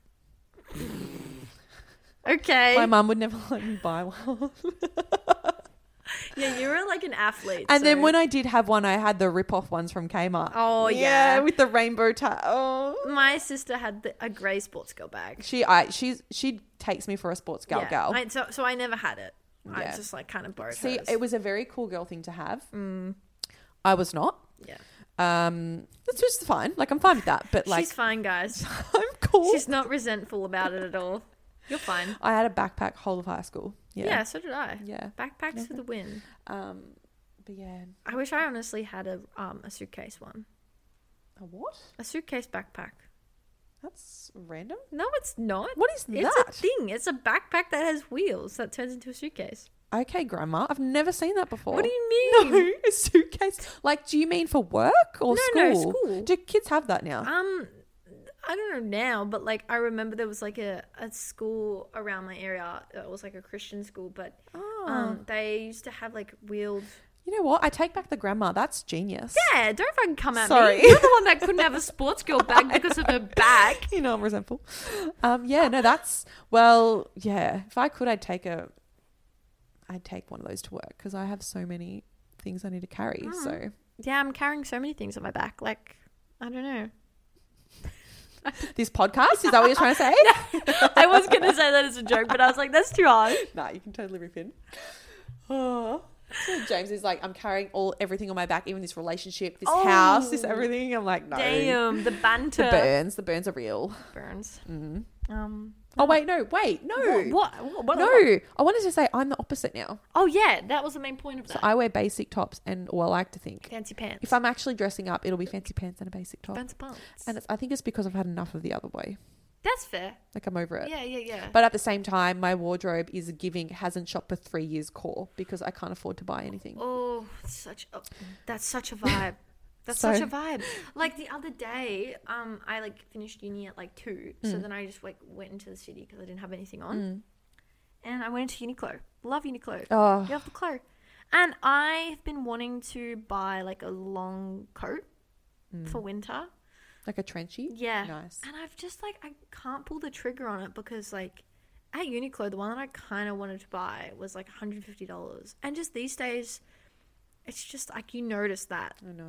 Speaker 2: Okay.
Speaker 3: My mum would never let me buy one.
Speaker 2: yeah, you were like an athlete.
Speaker 3: And then
Speaker 2: so-
Speaker 3: when I did have one, I had the rip-off ones from Kmart.
Speaker 2: Oh, yeah.
Speaker 3: with the rainbow tie. Oh.
Speaker 2: my sister had the, a grey sports girl bag.
Speaker 3: She I she's she takes me for a sports girl
Speaker 2: yeah.
Speaker 3: girl.
Speaker 2: I, so, so I never had it. I
Speaker 3: Yeah.
Speaker 2: just like kind of borrowed
Speaker 3: See,
Speaker 2: hers.
Speaker 3: it was a very cool girl thing to have. Mm. I was not.
Speaker 2: yeah.
Speaker 3: Um, that's just fine. Like I'm fine with that. But like
Speaker 2: She's fine, guys.
Speaker 3: I'm cool.
Speaker 2: She's not resentful about it at all. You're fine.
Speaker 3: I had a backpack whole of high school.
Speaker 2: Yeah,
Speaker 3: Yeah.
Speaker 2: so did I.
Speaker 3: Yeah.
Speaker 2: Backpacks for the win.
Speaker 3: Um, but yeah.
Speaker 2: I wish I honestly had a um a suitcase one.
Speaker 3: A what?
Speaker 2: A suitcase backpack.
Speaker 3: That's random.
Speaker 2: No, it's not.
Speaker 3: What is
Speaker 2: It's a
Speaker 3: that?
Speaker 2: thing. It's a backpack that has wheels that turns into a suitcase.
Speaker 3: Okay, grandma. I've never seen that before.
Speaker 2: What do you mean?
Speaker 3: No, a suitcase. Like, do you mean for work or
Speaker 2: No, no,
Speaker 3: school?
Speaker 2: school.
Speaker 3: Do kids have that now?
Speaker 2: Um, I don't know now, but like I remember there was like a, a school around my area. It was like a Christian school, but um, they used to have like wheeled.
Speaker 3: you know what? I take back the grandma. That's genius.
Speaker 2: Yeah, don't fucking come at
Speaker 3: Sorry.
Speaker 2: me. You're the one that couldn't have a sports girl bag because of her back.
Speaker 3: You know I'm resentful. Um, yeah, no, that's well, yeah. If I could, I'd take a, I'd take one of those to work because I have so many things I need to carry.
Speaker 2: Mm.
Speaker 3: So
Speaker 2: Yeah, I'm carrying so many things on my back. Like, I don't know.
Speaker 3: this podcast is that what you're trying to say?
Speaker 2: I was gonna say that as a joke, but I was like, that's too hard.
Speaker 3: nah, you can totally rip in. Oh. So James is like, I'm carrying all everything on my back, even this relationship, this house, this
Speaker 2: Oh.
Speaker 3: everything. I'm like, no.
Speaker 2: Damn, the
Speaker 3: The
Speaker 2: banter
Speaker 3: burns, the burns are real.
Speaker 2: burns.
Speaker 3: Mm.
Speaker 2: Um,
Speaker 3: Oh wait, no, wait, no,
Speaker 2: what? What? what, what-
Speaker 3: no. I wanted to say I'm the opposite now.
Speaker 2: Oh yeah, that was the main point of that.
Speaker 3: So I wear basic tops, and well, I like to think
Speaker 2: fancy pants.
Speaker 3: if I'm actually dressing up, it'll be fancy pants and a basic top.
Speaker 2: fancy pants.
Speaker 3: And it's, I think it's because I've had enough of the other way.
Speaker 2: that's fair.
Speaker 3: Like I'm over it.
Speaker 2: Yeah, yeah, yeah.
Speaker 3: But at the same time, my wardrobe is giving hasn't shopped for three years core because I can't afford to buy anything.
Speaker 2: Oh, such a that's such a vibe. That's
Speaker 3: So-
Speaker 2: such a vibe. Like the other day, um, I like finished uni at like two,
Speaker 3: Mm.
Speaker 2: so then I just like went into the city because I didn't have anything on, and I went into Uniqlo. Love Uniqlo.
Speaker 3: Oh,
Speaker 2: You have the Uniqlo, and I've been wanting to buy like a long coat for winter.
Speaker 3: like a trenchy.
Speaker 2: Yeah.
Speaker 3: Mm. Nice.
Speaker 2: And I've just like I can't pull the trigger on it because like at Uniqlo the one that I kind of wanted to buy was like $150. And just these days it's just like you notice that.
Speaker 3: I know.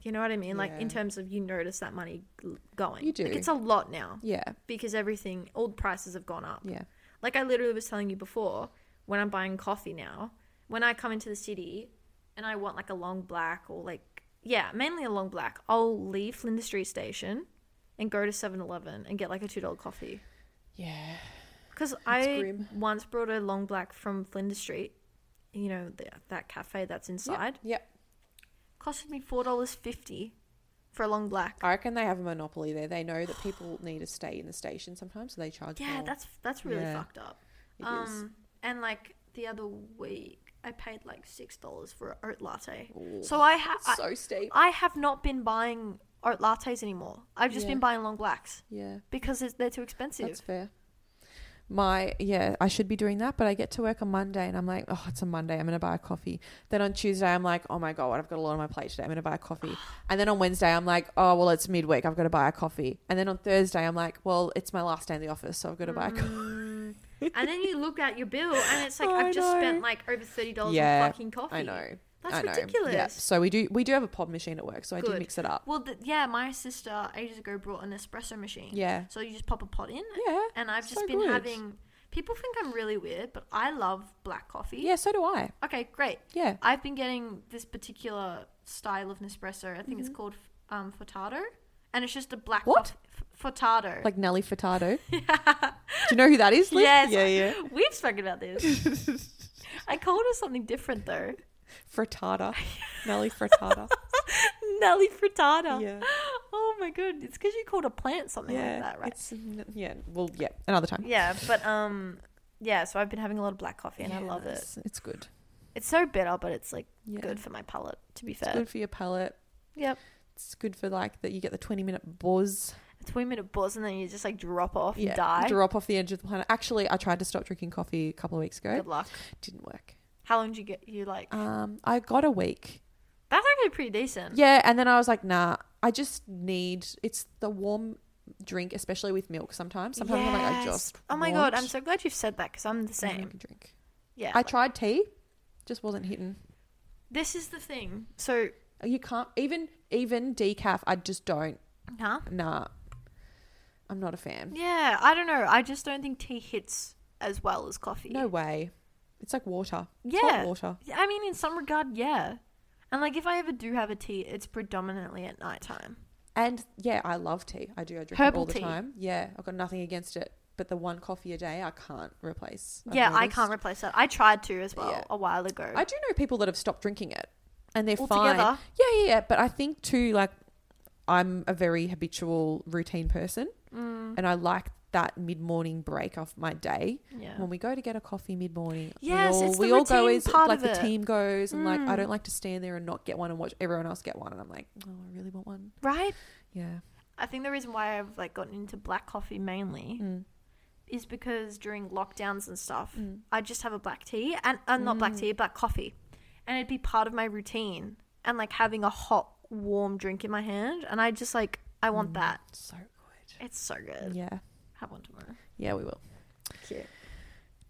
Speaker 2: You know what I mean? Like in
Speaker 3: Yeah.
Speaker 2: terms of you notice that money g- going.
Speaker 3: You do.
Speaker 2: Like it's a lot now
Speaker 3: Yeah.
Speaker 2: because everything all the prices have gone up.
Speaker 3: Yeah.
Speaker 2: Like I literally was telling you before, when I'm buying coffee now, when I come into the city and I want like a long black or like yeah, mainly a long black, I'll leave Flinders Street station and go to 7-Eleven and get like a two dollar coffee.
Speaker 3: Yeah.
Speaker 2: Because I
Speaker 3: grim.
Speaker 2: once brought a long black from Flinders Street, you know the, that cafe that's inside,
Speaker 3: Yep.
Speaker 2: costed me four dollars fifty for a long black.
Speaker 3: I reckon they have a monopoly there. They know that people need to stay in the station sometimes, so they charge.
Speaker 2: Yeah,
Speaker 3: more.
Speaker 2: that's that's really
Speaker 3: Yeah.
Speaker 2: fucked up.
Speaker 3: It
Speaker 2: um,
Speaker 3: is.
Speaker 2: and like the other week, I paid like six dollars for an oat latte.
Speaker 3: Ooh,
Speaker 2: So I have I,
Speaker 3: so steep.
Speaker 2: I have not been buying oat lattes anymore. I've just
Speaker 3: Yeah.
Speaker 2: been buying long blacks
Speaker 3: yeah,
Speaker 2: because it's, they're too expensive.
Speaker 3: that's fair. my yeah i should be doing that but i get to work on monday and i'm like oh it's a monday i'm gonna buy a coffee then on tuesday i'm like oh my god i've got a lot on my plate today i'm gonna buy a coffee and then on wednesday i'm like oh well it's midweek i've got to buy a coffee and then on thursday i'm like well it's my last day in the office so i've got to buy a coffee
Speaker 2: Mm. and then you look at your bill and it's like
Speaker 3: Oh, I
Speaker 2: I've just
Speaker 3: know.
Speaker 2: spent like over thirty dollars
Speaker 3: Yeah,
Speaker 2: on fucking coffee.
Speaker 3: i know
Speaker 2: That's
Speaker 3: I know.
Speaker 2: ridiculous.
Speaker 3: yeah so we do we do have a pod machine at work so i do
Speaker 2: Good.
Speaker 3: mix it up
Speaker 2: Well, th- yeah, my sister ages ago brought an espresso machine.
Speaker 3: yeah
Speaker 2: So you just pop a pot in,
Speaker 3: yeah
Speaker 2: and I've just
Speaker 3: so
Speaker 2: been
Speaker 3: good.
Speaker 2: having. People think I'm really weird, but I love black coffee.
Speaker 3: yeah so do i
Speaker 2: Okay, great.
Speaker 3: yeah
Speaker 2: I've been getting this particular style of Nespresso. I think it's called um, Furtado, and it's just a black
Speaker 3: Mm-hmm. What?
Speaker 2: coffee. Furtado.
Speaker 3: like Nelly Furtado. Do you know who that is? Liz?
Speaker 2: Yes.
Speaker 3: Yeah, yeah.
Speaker 2: We've spoken about this. I called her something different though.
Speaker 3: Frittata. Nelly Frittata.
Speaker 2: Nelly frittata.
Speaker 3: yeah.
Speaker 2: Oh my god, it's because you called a plant something
Speaker 3: Yeah.
Speaker 2: like that, right?
Speaker 3: It's, yeah. Well, yeah. Another time.
Speaker 2: Yeah, but um, yeah. So I've been having a lot of black coffee, and I love it.
Speaker 3: Yes, It's good.
Speaker 2: It's so bitter, but it's like
Speaker 3: Yeah.
Speaker 2: good for my palate. To be
Speaker 3: It's
Speaker 2: fair.
Speaker 3: good for your palate.
Speaker 2: Yep.
Speaker 3: It's good for like that you get the 20 minute buzz.
Speaker 2: It's when you minute buzz, and then you just like drop off and die.
Speaker 3: Drop off the edge of the planet. Actually, I tried to stop drinking coffee a couple of weeks ago.
Speaker 2: Good luck.
Speaker 3: Didn't work.
Speaker 2: How long did you get? You like?
Speaker 3: Um, I got a week.
Speaker 2: That's actually pretty decent.
Speaker 3: Yeah. And then I was like, nah, I just need, it's the warm drink, especially with milk sometimes. Sometimes I'm like, I
Speaker 2: Yes.
Speaker 3: just.
Speaker 2: Oh my
Speaker 3: want
Speaker 2: god, I'm so glad you've said that because I'm the
Speaker 3: a milky
Speaker 2: same.
Speaker 3: Drink.
Speaker 2: Yeah.
Speaker 3: I
Speaker 2: like-
Speaker 3: tried tea, just wasn't hitting.
Speaker 2: this is the thing. So,
Speaker 3: You can't even even decaf. I just don't.
Speaker 2: huh?
Speaker 3: Nah, I'm not a fan.
Speaker 2: Yeah, I don't know. I just don't think tea hits as well as coffee.
Speaker 3: No way. It's like water. It's like
Speaker 2: Yeah.
Speaker 3: water.
Speaker 2: Yeah, I mean, in some regard, yeah. And like, if I ever do have a tea, it's predominantly at nighttime.
Speaker 3: And yeah, I love tea. I do. I drink it
Speaker 2: Herbal
Speaker 3: all the
Speaker 2: tea.
Speaker 3: time. Yeah, I've got nothing against it. But the one coffee a day, I can't replace. I've
Speaker 2: yeah, I
Speaker 3: noticed.
Speaker 2: can't replace that. I tried to as well
Speaker 3: Yeah.
Speaker 2: a while ago.
Speaker 3: I do know people that have stopped drinking it, and they're fine.
Speaker 2: Altogether.
Speaker 3: Yeah, yeah, yeah. But I think too, like, I'm a very habitual routine person,
Speaker 2: Mm.
Speaker 3: and I like that mid morning break off my day.
Speaker 2: yeah.
Speaker 3: when we go to get a coffee mid morning,
Speaker 2: Yes,
Speaker 3: we all,
Speaker 2: it's the
Speaker 3: we all go
Speaker 2: routine
Speaker 3: as
Speaker 2: part
Speaker 3: like
Speaker 2: of
Speaker 3: the
Speaker 2: it.
Speaker 3: team goes, and like I
Speaker 2: Mm.
Speaker 3: don't like to stand there and not get one and watch everyone else get one, and I'm like, oh, I really want one.
Speaker 2: right?
Speaker 3: Yeah,
Speaker 2: I think the reason why I've like gotten into black coffee mainly
Speaker 3: Mm.
Speaker 2: is because during lockdowns and stuff,
Speaker 3: Mm.
Speaker 2: I just have a black tea and uh, not black tea, black coffee, and it'd be part of my routine and like having a hot, warm drink in my hand, and I just like I want that.
Speaker 3: Mm. so good.
Speaker 2: It's so good.
Speaker 3: Yeah,
Speaker 2: Have one tomorrow.
Speaker 3: yeah, we will.
Speaker 2: Cute.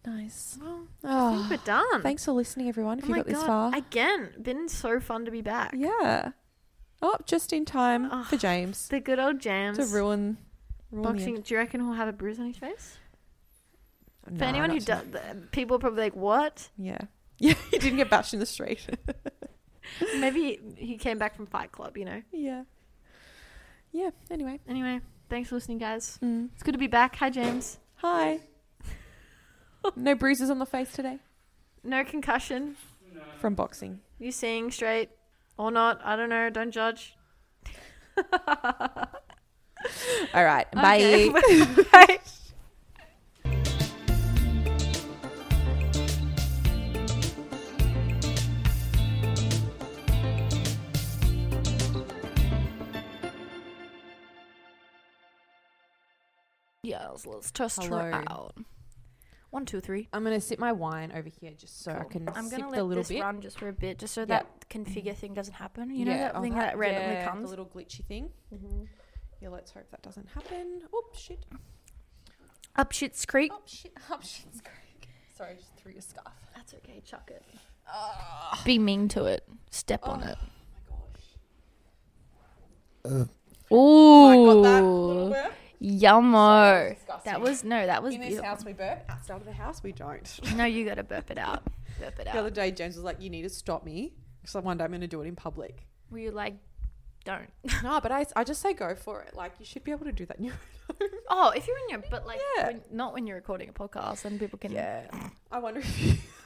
Speaker 3: Nice.
Speaker 2: Well, I think
Speaker 3: Oh,
Speaker 2: we're done.
Speaker 3: thanks for listening, everyone. If
Speaker 2: Oh
Speaker 3: you
Speaker 2: my
Speaker 3: got this
Speaker 2: God.
Speaker 3: far,
Speaker 2: Again, been so fun to be back.
Speaker 3: yeah. Oh, just in time
Speaker 2: Oh,
Speaker 3: for James
Speaker 2: The good old jams.
Speaker 3: to ruin. ruin the
Speaker 2: Boxing.
Speaker 3: end.
Speaker 2: Do you reckon he'll have a bruise on his face? For
Speaker 3: Nah,
Speaker 2: anyone who
Speaker 3: not
Speaker 2: does, people are probably like, "What?"
Speaker 3: yeah, yeah, he didn't get bashed in the street.
Speaker 2: Maybe he, he came back from Fight Club. You know.
Speaker 3: yeah, yeah. Anyway,
Speaker 2: Anyway, thanks for listening, guys.
Speaker 3: Mm.
Speaker 2: It's good to be back. Hi, James.
Speaker 3: hi. no bruises on the face today.
Speaker 2: No concussion.
Speaker 3: from boxing.
Speaker 2: You seeing straight or not? I don't know. Don't judge.
Speaker 3: All right.
Speaker 2: Okay.
Speaker 3: Bye.
Speaker 2: Bye. Yes, let's test
Speaker 3: Hello.
Speaker 2: her out. One, two, three.
Speaker 3: I'm going to sip my wine over here just so I
Speaker 2: Cool.
Speaker 3: can
Speaker 2: I'm
Speaker 3: sip
Speaker 2: gonna
Speaker 3: a
Speaker 2: let
Speaker 3: little
Speaker 2: this
Speaker 3: bit.
Speaker 2: run just for a bit, just so
Speaker 3: Yeah.
Speaker 2: that configure thing doesn't happen. You know
Speaker 3: Yeah.
Speaker 2: that
Speaker 3: Oh,
Speaker 2: thing that, randomly
Speaker 3: yeah,
Speaker 2: comes. Mm-hmm.
Speaker 3: The little glitchy thing. Yeah, let's hope that doesn't happen. Oh, shit.
Speaker 2: Up shit's creek.
Speaker 3: Oh, shit. Oh, shit. It's great. Sorry, just threw your scarf.
Speaker 2: Oh, That's okay. Chuck it.
Speaker 3: Oh,
Speaker 2: Be mean to it. Step on
Speaker 3: Oh.
Speaker 2: it.
Speaker 3: my gosh.
Speaker 2: Ooh,
Speaker 1: Oh
Speaker 3: I got that little burp. Sorry,
Speaker 2: yummo.
Speaker 3: it's disgusting.
Speaker 2: That was no, that was
Speaker 3: In this
Speaker 2: beautiful.
Speaker 3: house, we burp. Outside of the house, we don't.
Speaker 2: No, you gotta burp it out. Burp it
Speaker 3: The other
Speaker 2: out.
Speaker 3: day, James was like, You need to stop me. Because one day I'm going to do it in public.
Speaker 2: Were you like, don't?
Speaker 3: no, but I, I just say go for it. Like, you should be able to do that in your own home.
Speaker 2: Oh, if you're in your, but like,
Speaker 3: Yeah.
Speaker 2: when, not when you're recording a podcast, then people can.
Speaker 3: Yeah. I wonder if you.